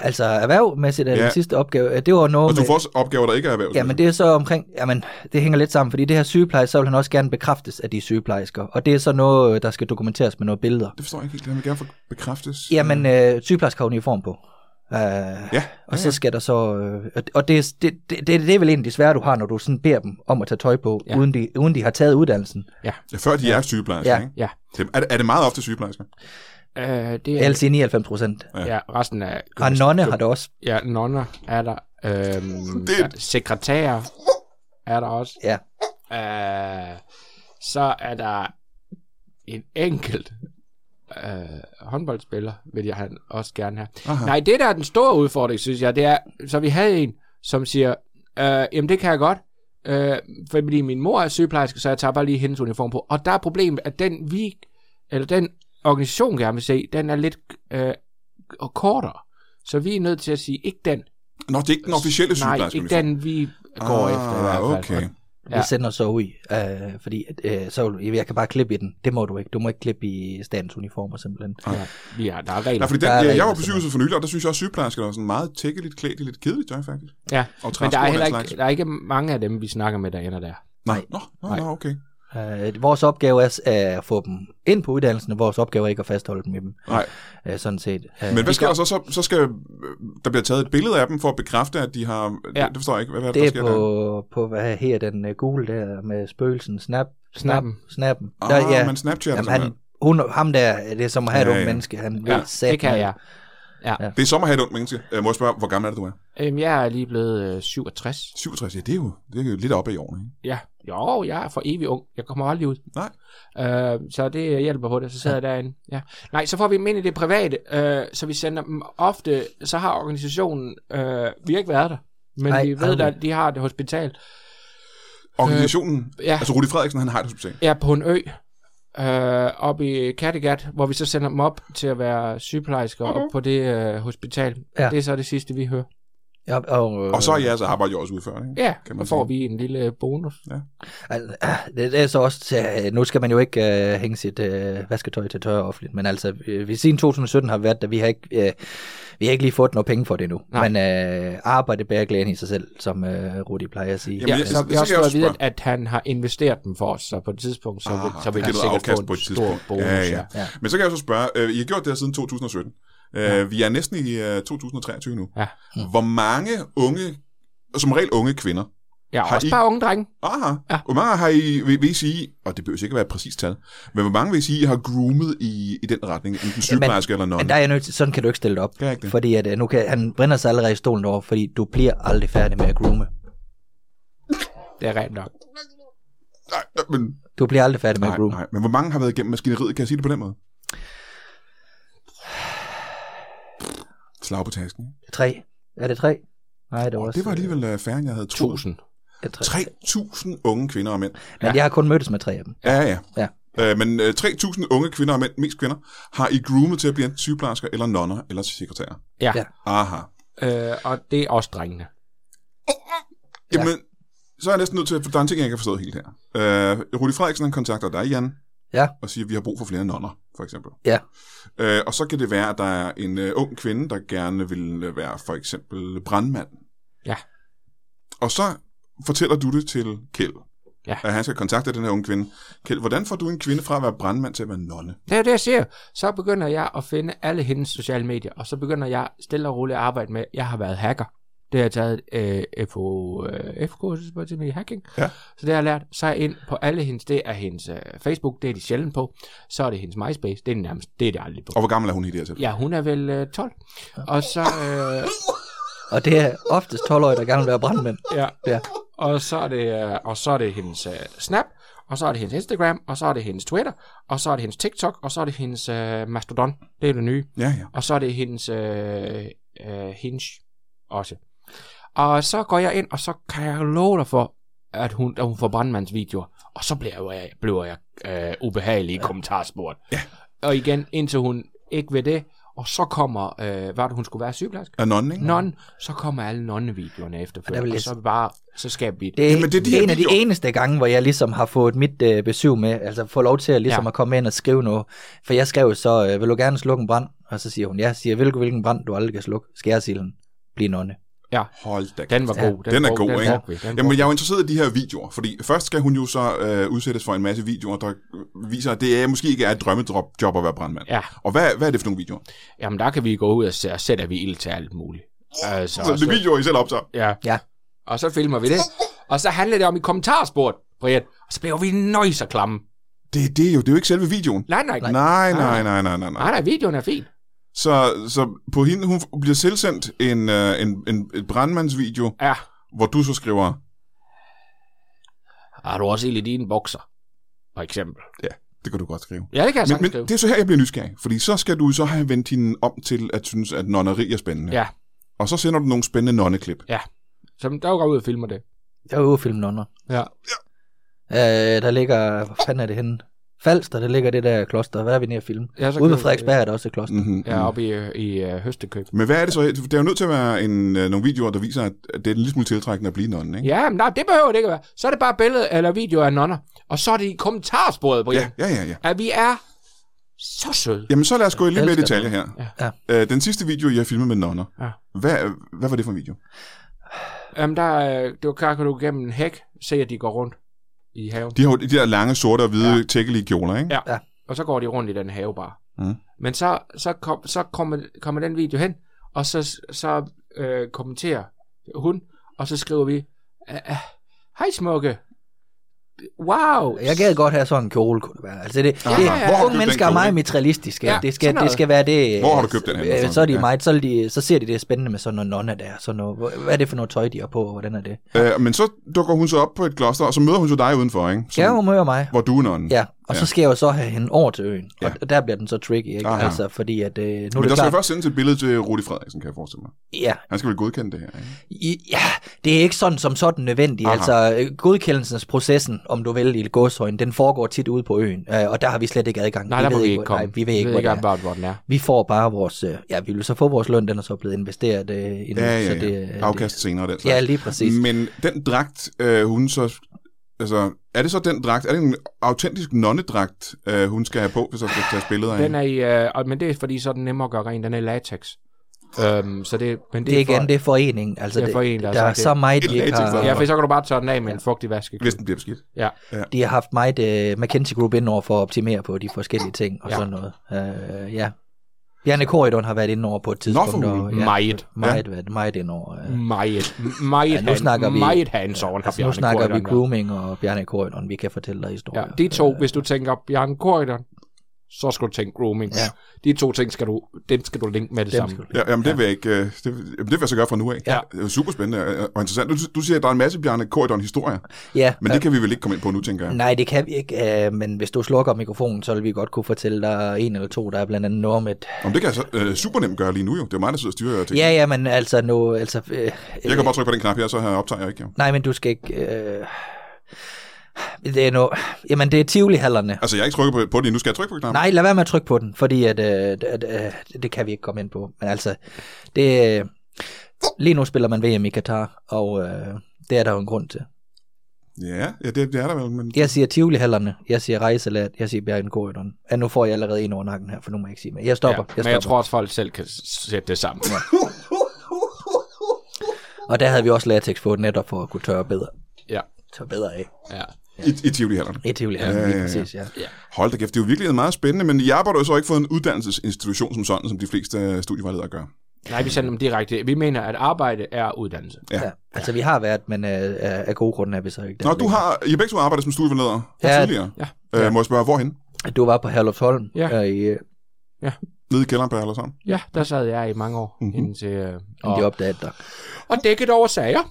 E: Altså erhvervmæssigt er ja.
B: Ja.
E: den sidste opgave, øh, det var noget
B: Og du
E: med-
B: får også opgaver, der ikke er erhvervsmæssige.
E: Ja, men det er så omkring, jamen, det hænger lidt sammen, fordi det her sygeplejerske, så vil han også gerne bekræftes af de er sygeplejersker, og det er så noget, øh, der skal dokumenteres med nogle billeder.
B: det forstår jeg ikke helt. Det vil jeg gerne få bekræftes.
E: Jamen, øh, sygeplejersker har uniform på. Øh,
B: Mm. Ja,
E: og så skal der så, øh, og- og det, det, det, det, det er vel en af de svære, du har, når du sådan beder dem om at tage tøj på, ja.
D: Ja.
E: uden, de, uden de har taget uddannelsen.
B: ja. Før de er sygeplejersker,
E: Ja.
B: ikke?
D: Ja.
B: Det- Er, det- er det meget ofte sygeplejersker?
D: Øh, det er,
E: Ellers i 99 procent.
B: Ja.
D: ja, resten af
E: Og nonne har det også.
D: Ja, nonner er der. Øhm,
B: Det-
D: det... Sekretærer er der også.
E: Ja.
D: Øh, så er der en enkelt øh, håndboldspiller, vil jeg han også gerne have.
B: Aha.
D: Nej, det der er den store udfordring, synes jeg, det er, så vi havde en, som siger, øh, jamen det kan jeg godt, øh, fordi min mor er sygeplejerske, så jeg tager bare lige hendes uniform på. Og der er problemet, at den vi, eller den organisation, gerne vil se, den er lidt øh, og kortere. Så vi er nødt til at sige, ikke den.
B: Nå, det er ikke den officielle
D: Nej,
B: sygeplejerske. Ah,
D: ikke den, vi går efter. i hvert fald.
B: okay.
E: Vi
D: Ja.
E: sender så ud, øh, fordi at, øh, så, vil- jeg kan bare klippe i den. Det må du ikke. Du må ikke klippe i statens uniformer, simpelthen.
D: Ja, vi er, der er regler.
B: Nej, fordi den,
E: Der er
B: jeg, jeg
E: regler,
B: var på sygehuset for nylig, og der synes jeg også, at sygeplejersker er sådan meget tækkeligt klædt i lidt kedeligt tøj, faktisk.
D: Ja,
B: Og
D: men der er heller
B: træsko og den
D: ikke, der er ikke mange af dem, vi snakker med, der ender der.
B: Nej, nå, nå,
D: Nej.
B: nå, okay.
E: Øh, vores opgave er øh, at få dem ind på uddannelsen, og vores opgave er ikke at fastholde dem i dem,
B: Nej.
E: øh, sådan set. Øh,
B: Men hvad sker der så? så? Så skal øh, der bliver taget et billede af dem for at bekræfte, at de har... Ja.
D: Ja.
B: Det forstår jeg ikke. Hvad, hvad der
E: det er
B: sker der?
E: på, på, hvad her den øh, gule der med spøgelsen, snap, snap,
D: Snappen.
E: snappen.
B: Ah,
E: Der, ja,
B: man snapchatter
E: Jamen,
B: Jamen,
E: han, hun, ham der, det er som at have
B: Ja,
E: et
B: ja.
E: ungt menneske, han
D: Ja,
E: ved sæt,
D: det kan jeg.
B: Det er som at have et ungt menneske. Øh, må jeg spørge, hvor gammel er det, du er?
D: Øhm, jeg er lige blevet øh, 67.
B: 67, ja, det er jo, det er jo lidt oppe i årene, ikke?
D: Ja, jo, jeg er for evig ung. Jeg kommer aldrig ud.
B: Nej.
D: Øh, så det hjælper på det, så sidder jeg derinde. Ja. Nej, så får vi dem ind i det private, øh, så vi sender dem ofte, så har organisationen, øh, vi har ikke været der, men
E: Nej,
D: Nej, vi ved,
E: aldrig.
D: at de har det hospital.
B: Organisationen,
D: Øh, Ja,
B: altså Rudi Frederiksen, han har et hospital.
D: er på en ø, øh, op i Kattegat, hvor vi så sender dem op til at være sygeplejersker mm-hmm. op på det øh, hospital.
E: Ja.
D: Ja. Det er så det sidste, vi hører.
E: Ja, og, øh,
B: Og så er jeres arbejde jo også udført, ikke?
D: Ja,
B: Kan man
D: kan man så får
B: sige.
D: vi en lille bonus.
E: Altså, ah, <clears throat> det, det er så også, til- nu skal man jo ikke øh, hænge sit øh, vasketøj til tørre offentligt, men altså, øh, vi siden 2017 har vi været der, vi har ikke, øh, vi har ikke lige fået noget penge for det endnu.
D: Nej.
E: Men øh, arbejde bærer glæden i sig selv, som øh, Rudi plejer at sige.
B: Jamen,
D: Ja,
B: jeg-
D: så
B: det-
D: vi
B: det
D: har
B: skal jeg
D: også fået at
B: også
D: vide,
B: spørge.
D: at han har investeret dem for os, så på et tidspunkt, så,
B: Ah,
D: ah, så vil
B: det
D: han
B: giver noget afkast
D: sikkert få en
B: på et
D: stor
B: tidspunkt.
D: bonus.
B: Ja, ja.
E: Ja.
B: Men så kan jeg så spørge, øh, I har gjort det her siden 2017. Øh, Vi er næsten i øh, 2023 nu.
D: Ja.
B: Hvor mange unge, som regel unge kvinder,
D: ja
B: Har
D: og også
B: I-
D: bare unge drenge.
B: aha,
D: Ja.
B: hvor mange har I, vil, vil I sige, og det behøver ikke at være et præcist tal, men hvor mange vil I sige, I har groomet i, i den retning, enten sygeplejerske eller
E: Men
B: nogen?
E: der er jeg nødt til, sådan kan du ikke stille det op.
B: Kan jeg ikke det?
E: Fordi at, øh, nu kan, han brænder sig allerede i stolen over, fordi du bliver aldrig færdig med at groome.
D: Det er rent nok.
B: Nej, nej, men,
E: Du bliver aldrig færdig med at
B: nej,
E: groome.
B: nej, men hvor mange har været igennem maskineriet, kan jeg sige det på den måde? Slag på tasken.
E: Tre. Er det tre? Nej, det var
B: Oh,
E: også...
B: det var alligevel øh, færre, end jeg havde troet.
D: Tusind.
E: øh, tre.
B: 3.000 unge kvinder og mænd.
E: Men jeg har kun mødtes med tre af dem.
B: Ja, ja.
E: Ja.
B: Øh, men øh, 3.000 unge kvinder og mænd, mest kvinder, har I groomet til at blive enten sygeplejersker, eller nonner, eller sekretærer.
D: Ja,
E: Ja.
D: ja.
B: Aha.
D: Øh, og det er også drengene.
B: Jamen, så er jeg næsten nødt til at... Der er en ting, jeg ikke har forstået helt her. Øh, Rudi Frederiksen, han kontakter dig, Jan,
E: Ja.
B: og siger, at vi har brug for flere nonner, for eksempel.
E: Ja.
B: Øh, og så kan det være, at der er en øh, ung kvinde, der gerne vil øh, være for eksempel brandmand.
D: Ja.
B: Og så fortæller du det til Kjeld,
D: Ja.
B: at han skal kontakte den her unge kvinde. Kjeld, hvordan får du en kvinde fra at være brandmand til at være nonne?
D: Det er jo det, jeg siger. Så begynder jeg at finde alle hendes sociale medier, og så begynder jeg stille og roligt at arbejde med, jeg har været hacker. Det har jeg taget øh, FO, øh, F-kursus på til med i hacking.
B: Ja.
D: Så det har jeg lært. Så er jeg ind på alle hendes. Det er hendes øh, Facebook, det er de sjældent på. Så er det hendes MySpace, det er, nærmest, det er det aldrig på.
B: Og hvor gammel er hun i det her tilfælde?
D: Ja, hun er vel øh, 12. Og så, øh,
E: Og det er oftest 12-årige, der gerne vil være brandmænd.
D: ja,
E: Ja.
D: og så er det, øh, og så er det hendes øh, Snap, og så er det hendes Instagram, og så er det hendes Twitter, og så er det hendes TikTok, og så er det hendes øh, Mastodon. Det er det nye.
B: Ja, ja.
D: Og så er det hendes øh, øh, hinge også. Og så går jeg ind, og så kan jeg love dig for, at hun, at hun får brandmandsvideoer. Og så bliver jeg, bliver jeg øh, ubehagelig i kommentarsporet. Ja. Og igen, indtil hun ikke ved det, og så kommer, øh, hvad er det, hun skulle være sygeplejerske?
B: Er nonnen, ikke?
D: Non, så kommer alle nonnevideoerne
E: Og der vil
D: efterfølgende,
E: jeg
D: og så er vi bare, så skal vi
E: Det er,
B: Jamen,
E: Jamen,
B: det er
E: det
B: de
E: er
B: her
E: en af de
B: videoer.
E: eneste gange, hvor jeg ligesom har fået mit øh, besøg med, altså få lov til at, ligesom ja.
D: Ja.
E: at komme ind og skrive noget. For jeg skrev så, øh, vil du gerne slukke en brand? Og så siger hun, ja, siger, vil du hvilken brand du aldrig kan slukke? Skærsilden. Bliv nonne.
B: Hold da
D: Den var
E: Ja.
D: god.
B: Den er
D: brugte-
B: god, ikke?
D: brugte vi, den
B: Jamen,
D: brugte
B: jeg er jo interesseret i de her videoer, fordi først skal hun jo så øh, udsættes for en masse videoer, der viser, at det er, måske ikke er et drømmejob at være brandmand.
D: vi. Ja.
B: Og hvad, hvad er det for nogle videoer?
D: Jamen, der kan vi gå ud og sætte, sætter vi ild til alt muligt. Altså,
B: Så det er videoer, I selv optager.
D: Ja.
E: Ja.
D: Og så filmer vi det. Og så handler det om i kommentarsporet, Brian. Og så bliver vi nøjs og klamme.
B: Det, er det er jo, det er jo ikke selve videoen.
D: Nej, nej, nej.
B: Nej, nej, nej, nej, nej.
D: Nej,
B: nej.
D: nej, videoen er fin.
B: Så, så på hende, hun bliver selvsendt en, øh, en, en, en brandmandsvideo,
D: Ja.
B: hvor du så skriver,
D: Har du også ild i dine bukser? For eksempel.
B: det kan du godt skrive.
D: Ja, det kan jeg
B: Men,
D: sagtens
B: men
D: skrive.
B: det er så her, jeg bliver nysgerrig, fordi så skal du så have vendt hende om til at synes, at nonneri er spændende.
D: Ja.
B: Og så sender du nogle spændende nonneklip.
D: Så der går ud og filmer det.
E: Jeg er udefilmen under.
D: Ja.
E: Øh, der ligger, hvor fanden er det henne? Falster, der ligger det der kloster. Hvad er vi nede at filme?
D: Ja, så
E: Ude ved
D: køber-
E: Frederiksberg er der også et kloster.
B: Mm-hmm.
D: Ja, oppe i, øh, i øh, Høstekøb.
B: Men hvad er det så? Det er jo nødt til at være en, øh, nogle videoer, der viser, at at det er en lille smule tiltrækkende at blive nonnen, ikke?
D: Ja, men nej, det behøver det ikke at være. Så er det bare billede eller video af nonner. Og så er det i kommentarsporet, Brian.
B: ja, ja, ja. ja.
D: At vi er så søde.
B: Jamen, så lad os gå i lidt
E: Jeg
B: mere
E: elsker
B: detaljer her.
E: Ja.
B: Øh, den sidste video, jeg har filmet med nonner,
D: Ja.
B: hvad, hvad var det for en video?
D: Jamen, der, øh, det var klart, at du gennem en hæk se, at de går rundt i haven.
B: De har jo de der lange, sorte og hvide ja.
D: Ja.
B: tækkelige kjoler, ikke?
D: Ja. og så går de rundt i den have bare.
B: Mm.
D: Men så, så, kom, så kommer, kommer den video hen, og så, så øh, kommenterer hun, og så skriver vi, "Ah, ah, hej smukke, wow.
E: Jeg gad godt have sådan en kjole, kunne det være. Altså det,
B: Ja,
E: det,
B: ja, ja. Hvor har du
E: unge
B: købt
E: mennesker
B: den
E: er
B: kjole?
E: meget materialistiske.
D: Ja,
E: Ja,
D: sådan
E: det, skal,
D: noget.
E: det skal være det.
B: Hvor har du købt den henne?
E: øh, Så er de
B: Ja.
E: meget, så, er de, så ser de det spændende med sådan noget nonne der. Sådan noget, Hvor- hvad er det for noget tøj, de har på, og hvordan er det?
B: Øh, men så dukker hun så op på et kloster, og så møder hun så dig udenfor, ikke? Som,
E: Skal hun møde mig?
B: Hvor du er nonnen.
E: Ja, Og ja. så skal jeg jo så have hende over til øen. Og ja. der bliver den så tricky, ikke?
B: Ah, ja.
E: Altså, fordi at, øh, nu er det
B: Men der skal
E: klart,
B: jeg først sendes et billede til Rudi Frederiksen, kan jeg forestille mig.
E: ja,
B: Han skal vel godkende det her, ikke?
E: I- Ja, det er ikke sådan som sådan nødvendigt.
B: Aha.
E: Altså, øh, godkendelsesprocessen, om du vil, i godshøjen, den foregår tit ude på øen, øh, og der har vi slet ikke adgang.
D: Nej, der må
E: ved
D: vi ikke
E: hvor-
D: komme.
E: Nej, vi ved ikke,
D: hvor
E: hvor det er.
D: hvor den er.
E: Vi får bare vores, øh, ja, vi vil så få vores løn, den er så blevet investeret øh, endnu,
B: Ja, ja,
E: så
B: ja.
E: det, øh,
B: Afkast senere og den
E: Det, ja, lige præcis.
B: Men den dragt, øh, hun så... Altså, er det så den dragt? Er det en autentisk nonnedragt, øh, hun skal have på, hvis hun skal tage billeder af?
D: Den er i, øh, og- men det er fordi, så er den nemmere at gøre ren. Den er i latex. Øhm, så det, men det,
E: Det er
D: for,
E: igen, det er foreningen. Altså,
D: Det er
E: det,
D: foreningen, der
E: der,
D: har
E: er
D: sagt det.
E: så meget,
B: Et
E: de ikke
B: latex,
E: har,
D: Ja, for så kan du bare tørre den af med en fugtig vaske.
B: Hvis den bliver beskidt.
D: Ja.
E: de har haft meget uh, McKinsey Group ind over for at optimere på de forskellige ting og
D: Ja.
E: ja. sådan noget. Uh, ja. Bjarne Corydon har været inde over på et tidspunkt.
B: for
E: og,
B: hulen.
E: ja,
D: Meget.
E: Meget, været- meget ind over. Uh,
D: Meget, meget,
E: Ja, nu
D: hand-
E: snakker vi-
D: meget hands on.
E: Altså, nu snakker vi grooming og Bjarne Corydon, vi kan fortælle dig
D: Ja,
E: historier.
D: de to, hvis du tænker Bjarne Corridon, så skal du tænke grooming.
E: Ja.
D: De to ting skal du, dem skal du linke med det
E: Dem
D: samme.
E: skal du-
B: Ja, jamen, det vil jeg ikke... Øh, det, jamen, det vil jeg så gøre fra nu af.
D: Ja.
B: Det er jo super spændende og og interessant. Du, du siger, at der er en masse Bjarne Corydon-historier,
E: Ja,
B: men det kan vi vel ikke komme ind på nu, tænker jeg.
E: Nej, det kan vi ikke, øh, men hvis du slukker mikrofonen, så vil vi godt kunne fortælle dig en eller to, der er blandt andet noget med...
B: Jamen, det kan jeg så øh, super nemt gøre lige nu, jo. Det er jo mig, der sidder og styrer ting.
E: Ja, ja, men altså nu... Altså, øh,
B: Jeg kan bare trykke på den knap her, så her optager jeg ikke, jo.
E: Nej, men du skal ikke... Øh, det er nu... Jamen, det er Tivoli-hallerne.
B: Altså, jeg har ikke trykket på, på den endnu. Skal jeg trykke på knappen?
E: Nej, lad være med at trykke på den, fordi at, øh, at, øh, det kan vi ikke komme ind på. Men altså, det... Øh, lige nu spiller man VM i Katar, og øh, det er der jo en grund til.
B: Ja, ja det, det er der vel, men...
E: Jeg siger Tivoli-hallerne, jeg siger rejselat, jeg siger Bjergen Corridon. Ja, nu får jeg allerede en over nakken her, for nu må jeg ikke sige mere. Jeg stopper.
D: Ja,
E: jeg
D: men jeg
E: stopper.
D: tror også, folk selv kan s- sætte det sammen.
E: Og der havde vi også latex på, netop for at kunne tørre bedre,
D: Ja,
E: tørre bedre af.
D: ja.
B: I, i Tivoli-hallerne.
E: I
B: Ja,
E: Tivoli-hallerne, ja,
B: ja,
E: lige
B: ja.
E: præcis, ja.
B: Hold da kæft, det er jo virkelig meget spændende, men jeg har jo så ikke fået en uddannelsesinstitution som sådan, som de fleste øh, studievejledere gør.
D: Nej, vi sender dem direkte. Vi mener, at arbejde er uddannelse.
B: Ja.
E: Ja. ja. Altså, vi har været, men øh, af af gode grunde er vi så ikke der.
B: Nå, du har, I har begge to arbejdet som studievejleder ja,
E: Ja.
B: tidligere.
D: Ja.
B: Øh, må jeg spørge, hvorhen?
E: Du var på Herlufsholm.
D: Ja.
E: Øh, i, øh,
B: Nede i kælderen på eller sådan?
D: Ja, der sad jeg i mange år
B: Mhm.
D: mm-hmm. indtil... Øh,
E: de
D: og,
E: opdagede dig.
D: og dækket over sager.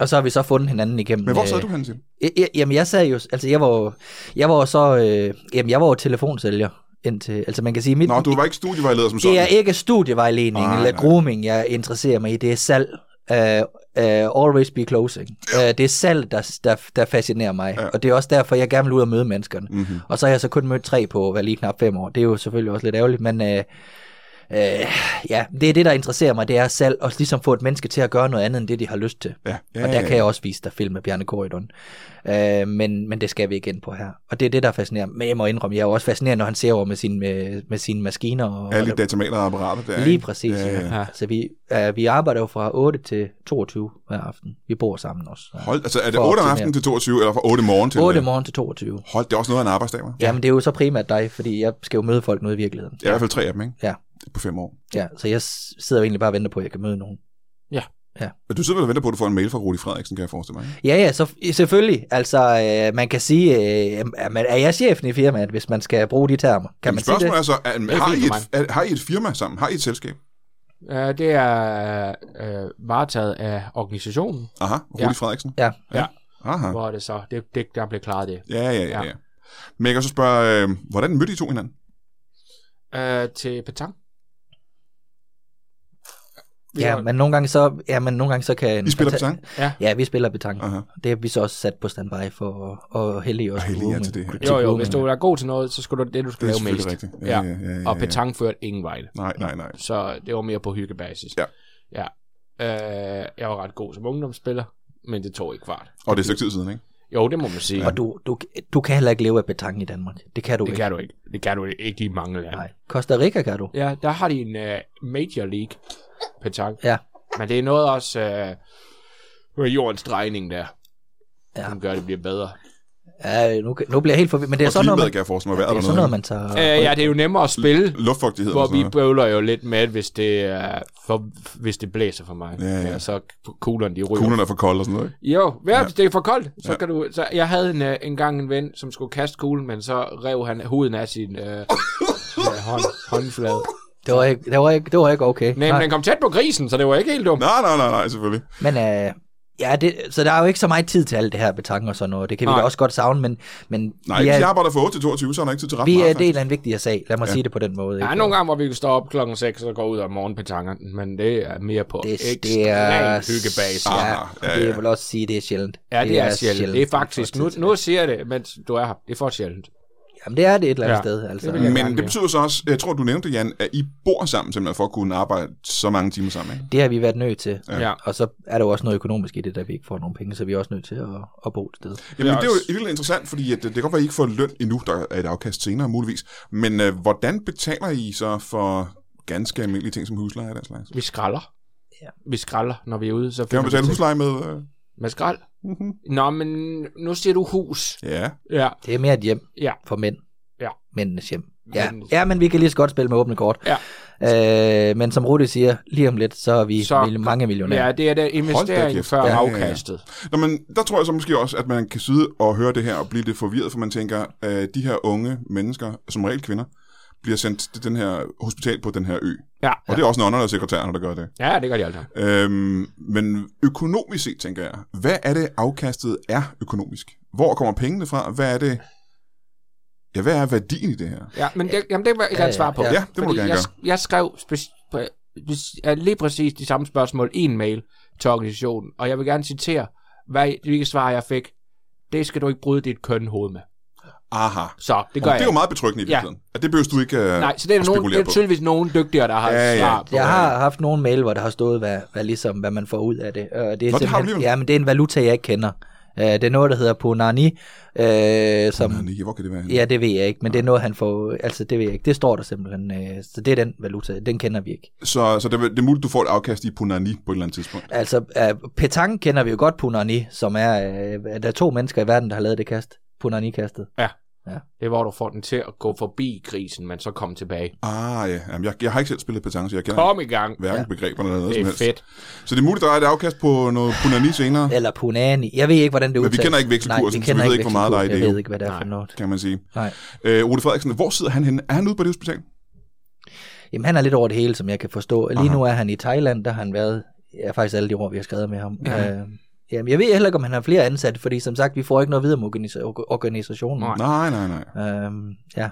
E: Og så har vi så fundet hinanden igennem...
B: Men hvor sad
E: øh,
B: du hen til?
E: Ja, ja, Jamen, jeg sad jo, altså jeg var jo, jeg var jo så, øh, jamen jeg var jo telefonsælger indtil, altså man kan sige, mit,
B: Nå, du var ikke studievejleder som sådan.
E: det er ikke studievejledning
B: Nej,
E: nej, eller
B: nej.
E: grooming, jeg interesserer mig i, det er salg. Uh, uh, always be closing. Uh, det er salg, der, der, der fascinerer mig,
B: Ja.
E: ja. og det er også derfor, jeg gerne vil ud og møde menneskerne.
B: Mm-hmm.
E: Og så har jeg så kun mødt tre på, hvad lige knap fem år. Det er jo selvfølgelig også lidt ærgerligt, men øh, øh, ja, det er det, der interesserer mig, det er selv at ligesom få et menneske til at gøre noget andet, end det, de har lyst til.
B: Ja, ja,
E: og der
B: ja,
E: kan
B: ja.
E: jeg også vise dig film med Bjarne Corydon. Øh, men, men det skal vi ikke ind på her. Og det er det, der fascinerer mig. Men jeg må indrømme, jeg er jo også fascineret, når han ser over med, sin, med, med sine maskiner. Og,
B: Alle de datamaler og apparater der.
E: Lige
B: ikke?
E: præcis.
B: Ja, ja.
E: Ja. Altså, vi, øh, vi arbejder jo fra 8 til 22 hver aften. Vi bor sammen også.
B: Hold, altså er det
E: For
B: 8
E: at
B: om
E: optimere.
B: aftenen til 22, eller fra 8 morgen til?
E: 8 morgen til 22.
B: Hold, det er også noget af en arbejdsdag, hva'?
E: Jamen, det er jo så primært dig, fordi jeg skal jo møde folk noget i virkeligheden.
B: Det er i hvert fald tre af dem, ikke?
E: Ja.
B: På fem år.
E: Ja, så jeg s- sidder jo egentlig bare og venter på, at jeg kan møde nogen.
B: Men Du sidder vel og venter på, at du får en mail fra Rudi Frederiksen, kan jeg forestille mig. ikke?
E: Ja, ja, så, selvfølgelig. Altså, øh, man kan sige, øh, er, man- er jeg chefen i firmaet, hvis man skal bruge de termer? Kan man sige det?
B: spørgsmålet er så, er,
D: er
B: har,
D: fint
B: I
D: for
B: et, er, har I et firma sammen? Har I et selskab?
D: Uh, det er øh, varetaget af organisationen,
B: Aha, Rudi Frederiksen.
E: Ja.
D: Ja.
B: Aha.
D: hvor det så, det, det der blev klaret det.
B: Ja, ja, ja,
D: Ja.
B: ja. Men jeg kan så spørge, øh, hvordan mødte I to hinanden?
D: Uh, til Petang.
E: Ja, men nogle gange så, ja, men nogle gange så kan... en
B: I spiller
E: fanta-
B: petang?
E: Ja, vi spiller betank.
B: Aha.
E: Det har vi så også sat på standby for at, at hælde os.
B: Og heldige jer til det her.
D: Jo, jo, hvis du er god til noget, så skulle du det, du
B: Det
D: skal
B: er
D: lave
B: selvfølgelig
D: mest.
B: rigtigt.
D: Ja.
B: ja, ja, ja,
D: Og Petang førte ingen vejle.
B: Nej, nej, nej.
D: Så det var mere på hyggebasis.
B: Ja.
D: ja. Øh, jeg var ret god som ungdomsspiller, men det tog ikke kvart.
B: Og det er et stykke tid siden, ikke?
D: Jo, det må man sige.
E: Og du, du, du kan heller ikke leve af betank i Danmark. Det kan du
D: Det
E: ikke.
D: kan du ikke. Det kan du ikke i mange lande.
E: Nej. Costa Rica kan du.
D: Ja, der har de en uh, Major League petanque.
E: Ja.
D: Men det er noget også uh, jordens drejning der, ja.
E: Ja.
D: som gør, at det bliver bedre.
E: Ja, nu, kan- nu bliver jeg helt forvirret. Men det er
B: Og
E: sådan noget,
B: klimaet
E: man,
B: kan jeg forestille mig,
E: det
B: vejret
E: er
B: eller
E: sådan noget,
B: noget.
E: man tager...
D: Øh, ja, det er jo nemmere at spille,
B: Luftfugtighed og
D: hvor
B: sådan
D: vi
B: noget.
D: bøvler jo lidt med, at hvis det, uh, for, hvis det blæser for meget. Øh,
B: Ja, ja.
D: så kuglerne de ryger.
B: Kuglerne er for kolde og sådan noget, ikke?
D: Jo, hver, ja. det er for koldt. Så
B: Ja.
D: ja. kan du, så jeg havde en, uh, en gang en ven, som skulle kaste kuglen, men så rev han huden af sin uh, hånd, håndflade.
E: Det var ikke, det var ikke, det var ikke okay.
D: Nej, men den kom tæt på grisen, så det var ikke helt dumt.
B: Nej, nej, nej, nej, selvfølgelig.
E: Men, øh, Ja, det, så der er jo ikke så meget tid til alt det her med tanker og sådan noget. Det kan vi
D: Nej.
E: da også godt savne, men, men
B: Nej,
E: vi
B: ja. de
E: er,
B: arbejder fra 8 til 22, så er der ikke tid til ret
E: vi er
B: meget.
E: del af en vigtigere sag. Lad mig ja. sige det på den måde.
D: Der er
E: ikke?
D: nogle gange, hvor vi kan stå op klokken 6 og gå ud om morgenpetankeren, men det er mere på
E: det, det er,
D: ekstrem hyggebase.
E: Ja,
B: Ah,
E: ja,
B: ja,
E: ja, det
B: ja.
E: er vel også sige, det er sjældent.
D: Ja, det, er, sjældent. Det er
E: vi får
D: faktisk,
E: tid
D: nu,
E: til
D: nu
E: det.
D: siger jeg det, mens du er her. Det er for sjældent.
E: Jamen, det er det et eller andet
D: Ja,
E: sted,
D: det
E: altså.
D: vil jeg-
B: Men
D: Ja.
B: det betyder så også, jeg tror, du nævnte, Jan, at I bor sammen simpelthen for at kunne arbejde så mange timer sammen. Ikke?
E: Det har vi været nødt til.
D: Ja. ja.
E: Og så er der jo også noget økonomisk i det, der vi ikke får nogen penge, så vi er også nødt til at, at bo et sted.
B: Jamen,
D: er
B: det er jo
D: også-
B: lidt interessant, fordi at, øh, det kan godt være, at I ikke får løn endnu, der er et afkast senere muligvis. Men øh, hvordan betaler I så for ganske almindelige ting som husleje og den slags?
D: Vi skralder.
E: Ja.
D: Vi skralder, når vi er ude. Så
B: Kan
D: finder
B: man
D: vi
B: betale
D: ting.
B: husleje med? Øh?
D: Med skrald?
B: Mhm.
D: Nå, men nu siger du hus.
B: Ja.
D: Ja.
E: Det er mere et hjem
D: Ja.
E: for mænd.
D: Ja.
E: Mændenes hjem. Ja.
D: Mændenes
E: ja, men vi kan lige så godt spille med åbne kort.
D: Ja.
E: Øh, men som Rudi siger, lige om lidt, så er vi
D: Så-
E: så... mange millionærer.
D: Ja, det er der
B: Hold da
D: investering
B: kæft.
D: før
B: Ja, ja, ja.
D: afkastet.
B: Nå, men der tror jeg så måske også, at man kan sidde og høre det her og blive lidt forvirret, for man tænker, at de her unge mennesker, som regel kvinder, bliver sendt til den her hospital på den her ø.
D: Ja.
B: Og det er også en underlig sekretær, der gør det.
D: Ja, det gør de altid.
B: Øhm, men økonomisk set, tænker jeg, hvad er det, afkastet er økonomisk? Hvor kommer pengene fra? Hvad er det... Ja, hvad er værdien i det her?
D: Ja, men det, jamen, det vil jeg
E: Ja,
D: gerne
E: ja,
D: svare på.
E: ja.
B: Ja, det må
D: Fordi
B: du gerne
D: jeg, jeg skrev speci- på- hvis- ja, lige præcis de samme spørgsmål i en mail til organisationen, og jeg vil gerne citere, hvad, hvilket svar jeg fik. Det skal du ikke bryde dit køn hoved med.
B: Aha.
D: Så det
B: Og det
D: gør
B: er
D: jeg.
B: jo meget betryggende i
D: Ja.
B: virkeligheden. Ja. At det behøver du ikke uh,
D: Nej, så det er, der nogen, det er tydeligvis nogen dygtigere, der har
B: Ja, ja.
D: ja, svar på.
E: Jeg har haft nogle mail, hvor der har stået, hvad, hvad, ligesom, hvad man får ud af det. Og det er
B: har du
E: simpelthen-
B: alligevel.
E: ja, men det er en valuta, jeg ikke kender. Øh, det er noget, der hedder Punani, øh, som,
B: Nå, nej, hvor kan det være?
E: Ja, det ved jeg ikke, men det er noget, han får... Altså, det ved jeg ikke. Det står der simpelthen. øh, Så det er den valuta. Den kender vi ikke.
B: Så, så det, er- det er muligt, du får et afkast i Punani på et eller andet tidspunkt.
E: Altså, uh, Petang kender vi jo godt Punani, som er... Uh, der er to mennesker i verden, der har lavet det kast. Punani-kastet.
D: Det er, hvor du får den til at gå forbi krisen, men så komme tilbage.
B: Ah, ja. Jamen, jeg, jeg har ikke selv spillet petanque, så jeg kender
D: Kom i gang.
B: hverken begreberne eller noget
D: Det
B: som
D: er
B: helst.
D: fedt.
B: Så det er muligt, der er et afkast på noget Punani senere,
E: Eller Punani. Jeg ved ikke, hvordan det
B: vi
E: udtales.
B: kender ikke vekselkursen,
E: Nej, vi
B: så vi
E: kender
B: ved
E: ikke,
B: ikke, hvor meget der er i
E: vekselkursen.
B: det.
E: Jeg ved ikke, hvad det er for
D: Nej.
E: noget.
B: kan man sige.
E: Nej.
B: Øh, Ole Frederiksen, hvor sidder han henne? Er han ude på det hospital?
E: Jamen, han er lidt over det hele, som jeg kan forstå. Lige
B: Aha.
E: nu er han i Thailand, der har han været... Ja, faktisk alle de år, vi har skrevet med ham. Ja. Uh, jamen, jeg ved heller ikke, om han har flere ansatte, fordi som sagt, vi får ikke noget videre om organisa- orga- organisationen.
D: Nej.
B: Nej, nej, nej.
E: Øhm, ja,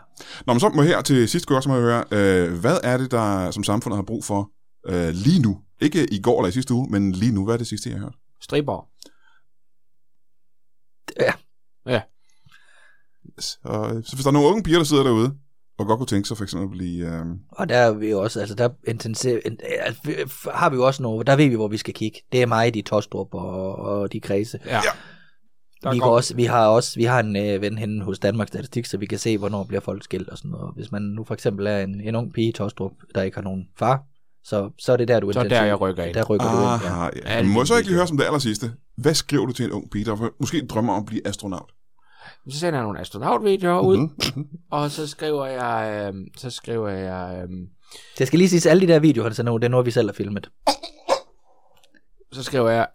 B: Nå, men så må jeg her til sidst kunne jeg også må jeg høre, øh, hvad er det, der som samfundet har brug for øh, lige nu? Ikke i går eller i sidste uge, men lige nu. Hvad er det sidste, jeg har hørt?
D: Stripper.
B: Så, øh, så hvis der er nogle unge piger, der sidder derude, og godt kunne tænke sig for eksempel at blive... Øh,
E: Og der er vi jo også, altså der intensiv, en- altså, vi- f- har vi jo også nogle, der ved vi, hvor vi skal kigge. Det er mig, de Tostrup og, og de kredse.
D: Ja.
B: Ja.
D: Der
E: Vi,
D: går-
E: går også, vi har også, vi har en øh, ven henne hos Danmarks Statistik, så vi kan se, hvornår bliver folk skilt og sådan noget. Hvis man nu for eksempel er en, en ung pige i Tostrup, der ikke har nogen far, så, så er det der, du
D: Så er
E: intensiv-
D: der, jeg rykker ind.
E: Der rykker du ind, ja.
B: aha, Ah, ja. Må jeg så ikke lige høre som det aller sidste? Hvad skriver du til en ung pige, der måske drømmer om at blive astronaut?
D: Så sender jeg nogle astronautvideoer
B: Mhm.
D: ud, og så skriver jeg, øhm, så skriver jeg, øhm,
E: Det skal lige siges, alle de der videoer, han sender ud, det er noget, vi selv har filmet.
D: så skriver jeg,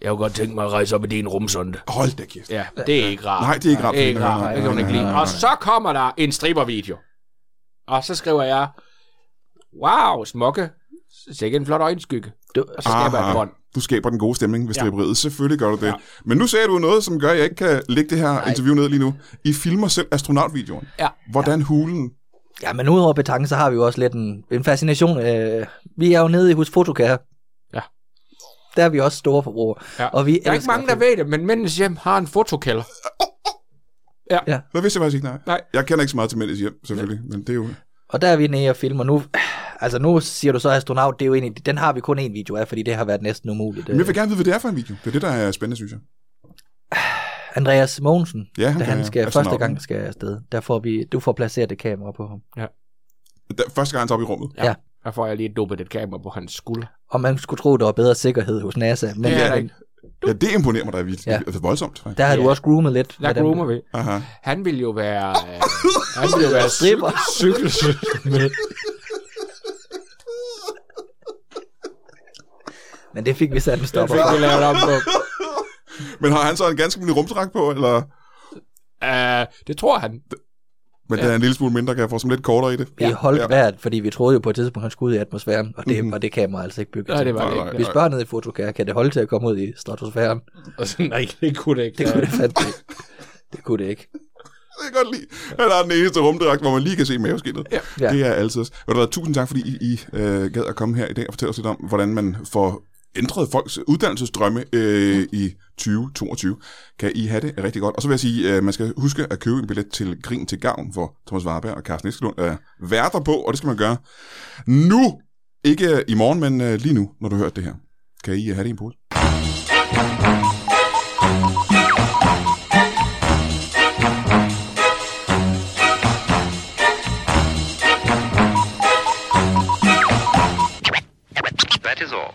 D: jeg kunne godt tænke mig at rejse op i din rumsonde.
B: Hold da kæft.
D: Ja, det er ikke rart.
B: Nej, det er ikke rart.
D: Det er ikke
B: Nej,
D: rart.
B: nej,
D: Det kan hun
B: nej,
D: ikke
B: nej,
D: lide.
B: nej,
D: Og så kommer der en stribervideo. Og så skriver jeg, wow, smukke. Sikke en flot øjenskygge.
E: Du,
D: Og så skaber jeg
B: Aha.
D: et bånd.
B: Du skaber den gode stemning ved
D: Ja.
B: stripperiet. Selvfølgelig gør du det. Men nu sagde du noget, som gør, at jeg ikke kan lægge det her interview ned lige nu. I filmer selv astronautvideoen.
D: Ja.
B: Hvordan hulen
E: ja, men udover betange, så har vi jo også lidt en, en fascination. Øh, vi er jo nede i hos Fotokær.
D: Ja.
E: Der er vi også store forbrugere.
D: Ja.
E: Og vi
D: Der er ikke
E: elsker
D: mange, der
E: at
D: ved det, men mændenes hjem har en fotokælder.
B: Hvad vidste jeg faktisk ikke, nej.
D: Nej.
B: Jeg kender ikke så meget til mændenes hjem, selvfølgelig, men det er jo...
E: Og der er vi nede og filmer nu. Altså nu siger du så astronaut, det er jo egentlig, den har vi kun en video af, fordi det har været næsten umuligt. øh.
B: Men jeg vil gerne vide, hvad det er for en video. Det er det, der er spændende, synes jeg.
E: Andreas Mogensen,
B: Ja, han
E: da
B: kan-
E: han skal,
B: astronauten.
E: første gang skal afsted, der får vi, du får placeret et kamera på ham.
B: Da, første gang, han tager op i rummet.
D: Der får jeg lige dumpet et kamera på hans skulder.
E: Og man skulle tro, der var bedre sikkerhed hos NASA, men
D: Det er der
E: ja,
D: ikke.
B: Ja, det imponerer mig da vildt. Ja.
E: Ja.
B: Det er voldsomt, faktisk.
E: der har du
D: Ja.
E: også groomet lidt.
D: Der
E: med dem.
D: groomer vi.
B: Aha.
D: Han ville jo være... Øh, han ville jo <laughs> være
E: Stripper.
D: cykel.
E: <laughs> Men det fik vi sat en
D: Den
E: stopper
D: fik vi
E: for.
D: lavet om på.
B: Men har han så en ganske lille rumdragt på, eller...
D: Uh, det tror han.
B: Men ja. den er en lille smule mindre, kan jeg få som lidt kortere i det.
E: Vi holdt ja. vejret, fordi vi troede jo på et tidspunkt, han skulle ud i atmosfæren, og det mm. var det kamera altså ikke bygget
D: Mhm. Nej,
E: til.
D: det var det
B: Nej,
D: ikke.
B: nej.
E: Hvis børnet i fotokær, kan det holde til at komme ud i stratosfæren?
D: Og så, nej, det kunne det ikke.
E: Det kunne det fandme ikke. Det kunne det ikke.
B: Det kan jeg godt lide. Han har den eneste rumdragt, hvor man lige kan se maveskinnet. Ja.
E: Ja.
B: Det er altid. også. Ved du hvad, tusind tak, fordi I, I øh, gad at komme her i dag og fortælle os lidt om, hvordan man får ændret folks uddannelsesdrømme øh, i 2022. Kan I have det rigtig godt. Og så vil jeg sige, øh, man skal huske at købe en billet til Grin til Gavn, hvor Thomas Warberg og Carsten Eskelund er værter på, og det skal man gøre nu. Ikke øh, i morgen, men øh, lige nu, når du hørte det her. Kan I øh, have det i en pose?
F: That is all.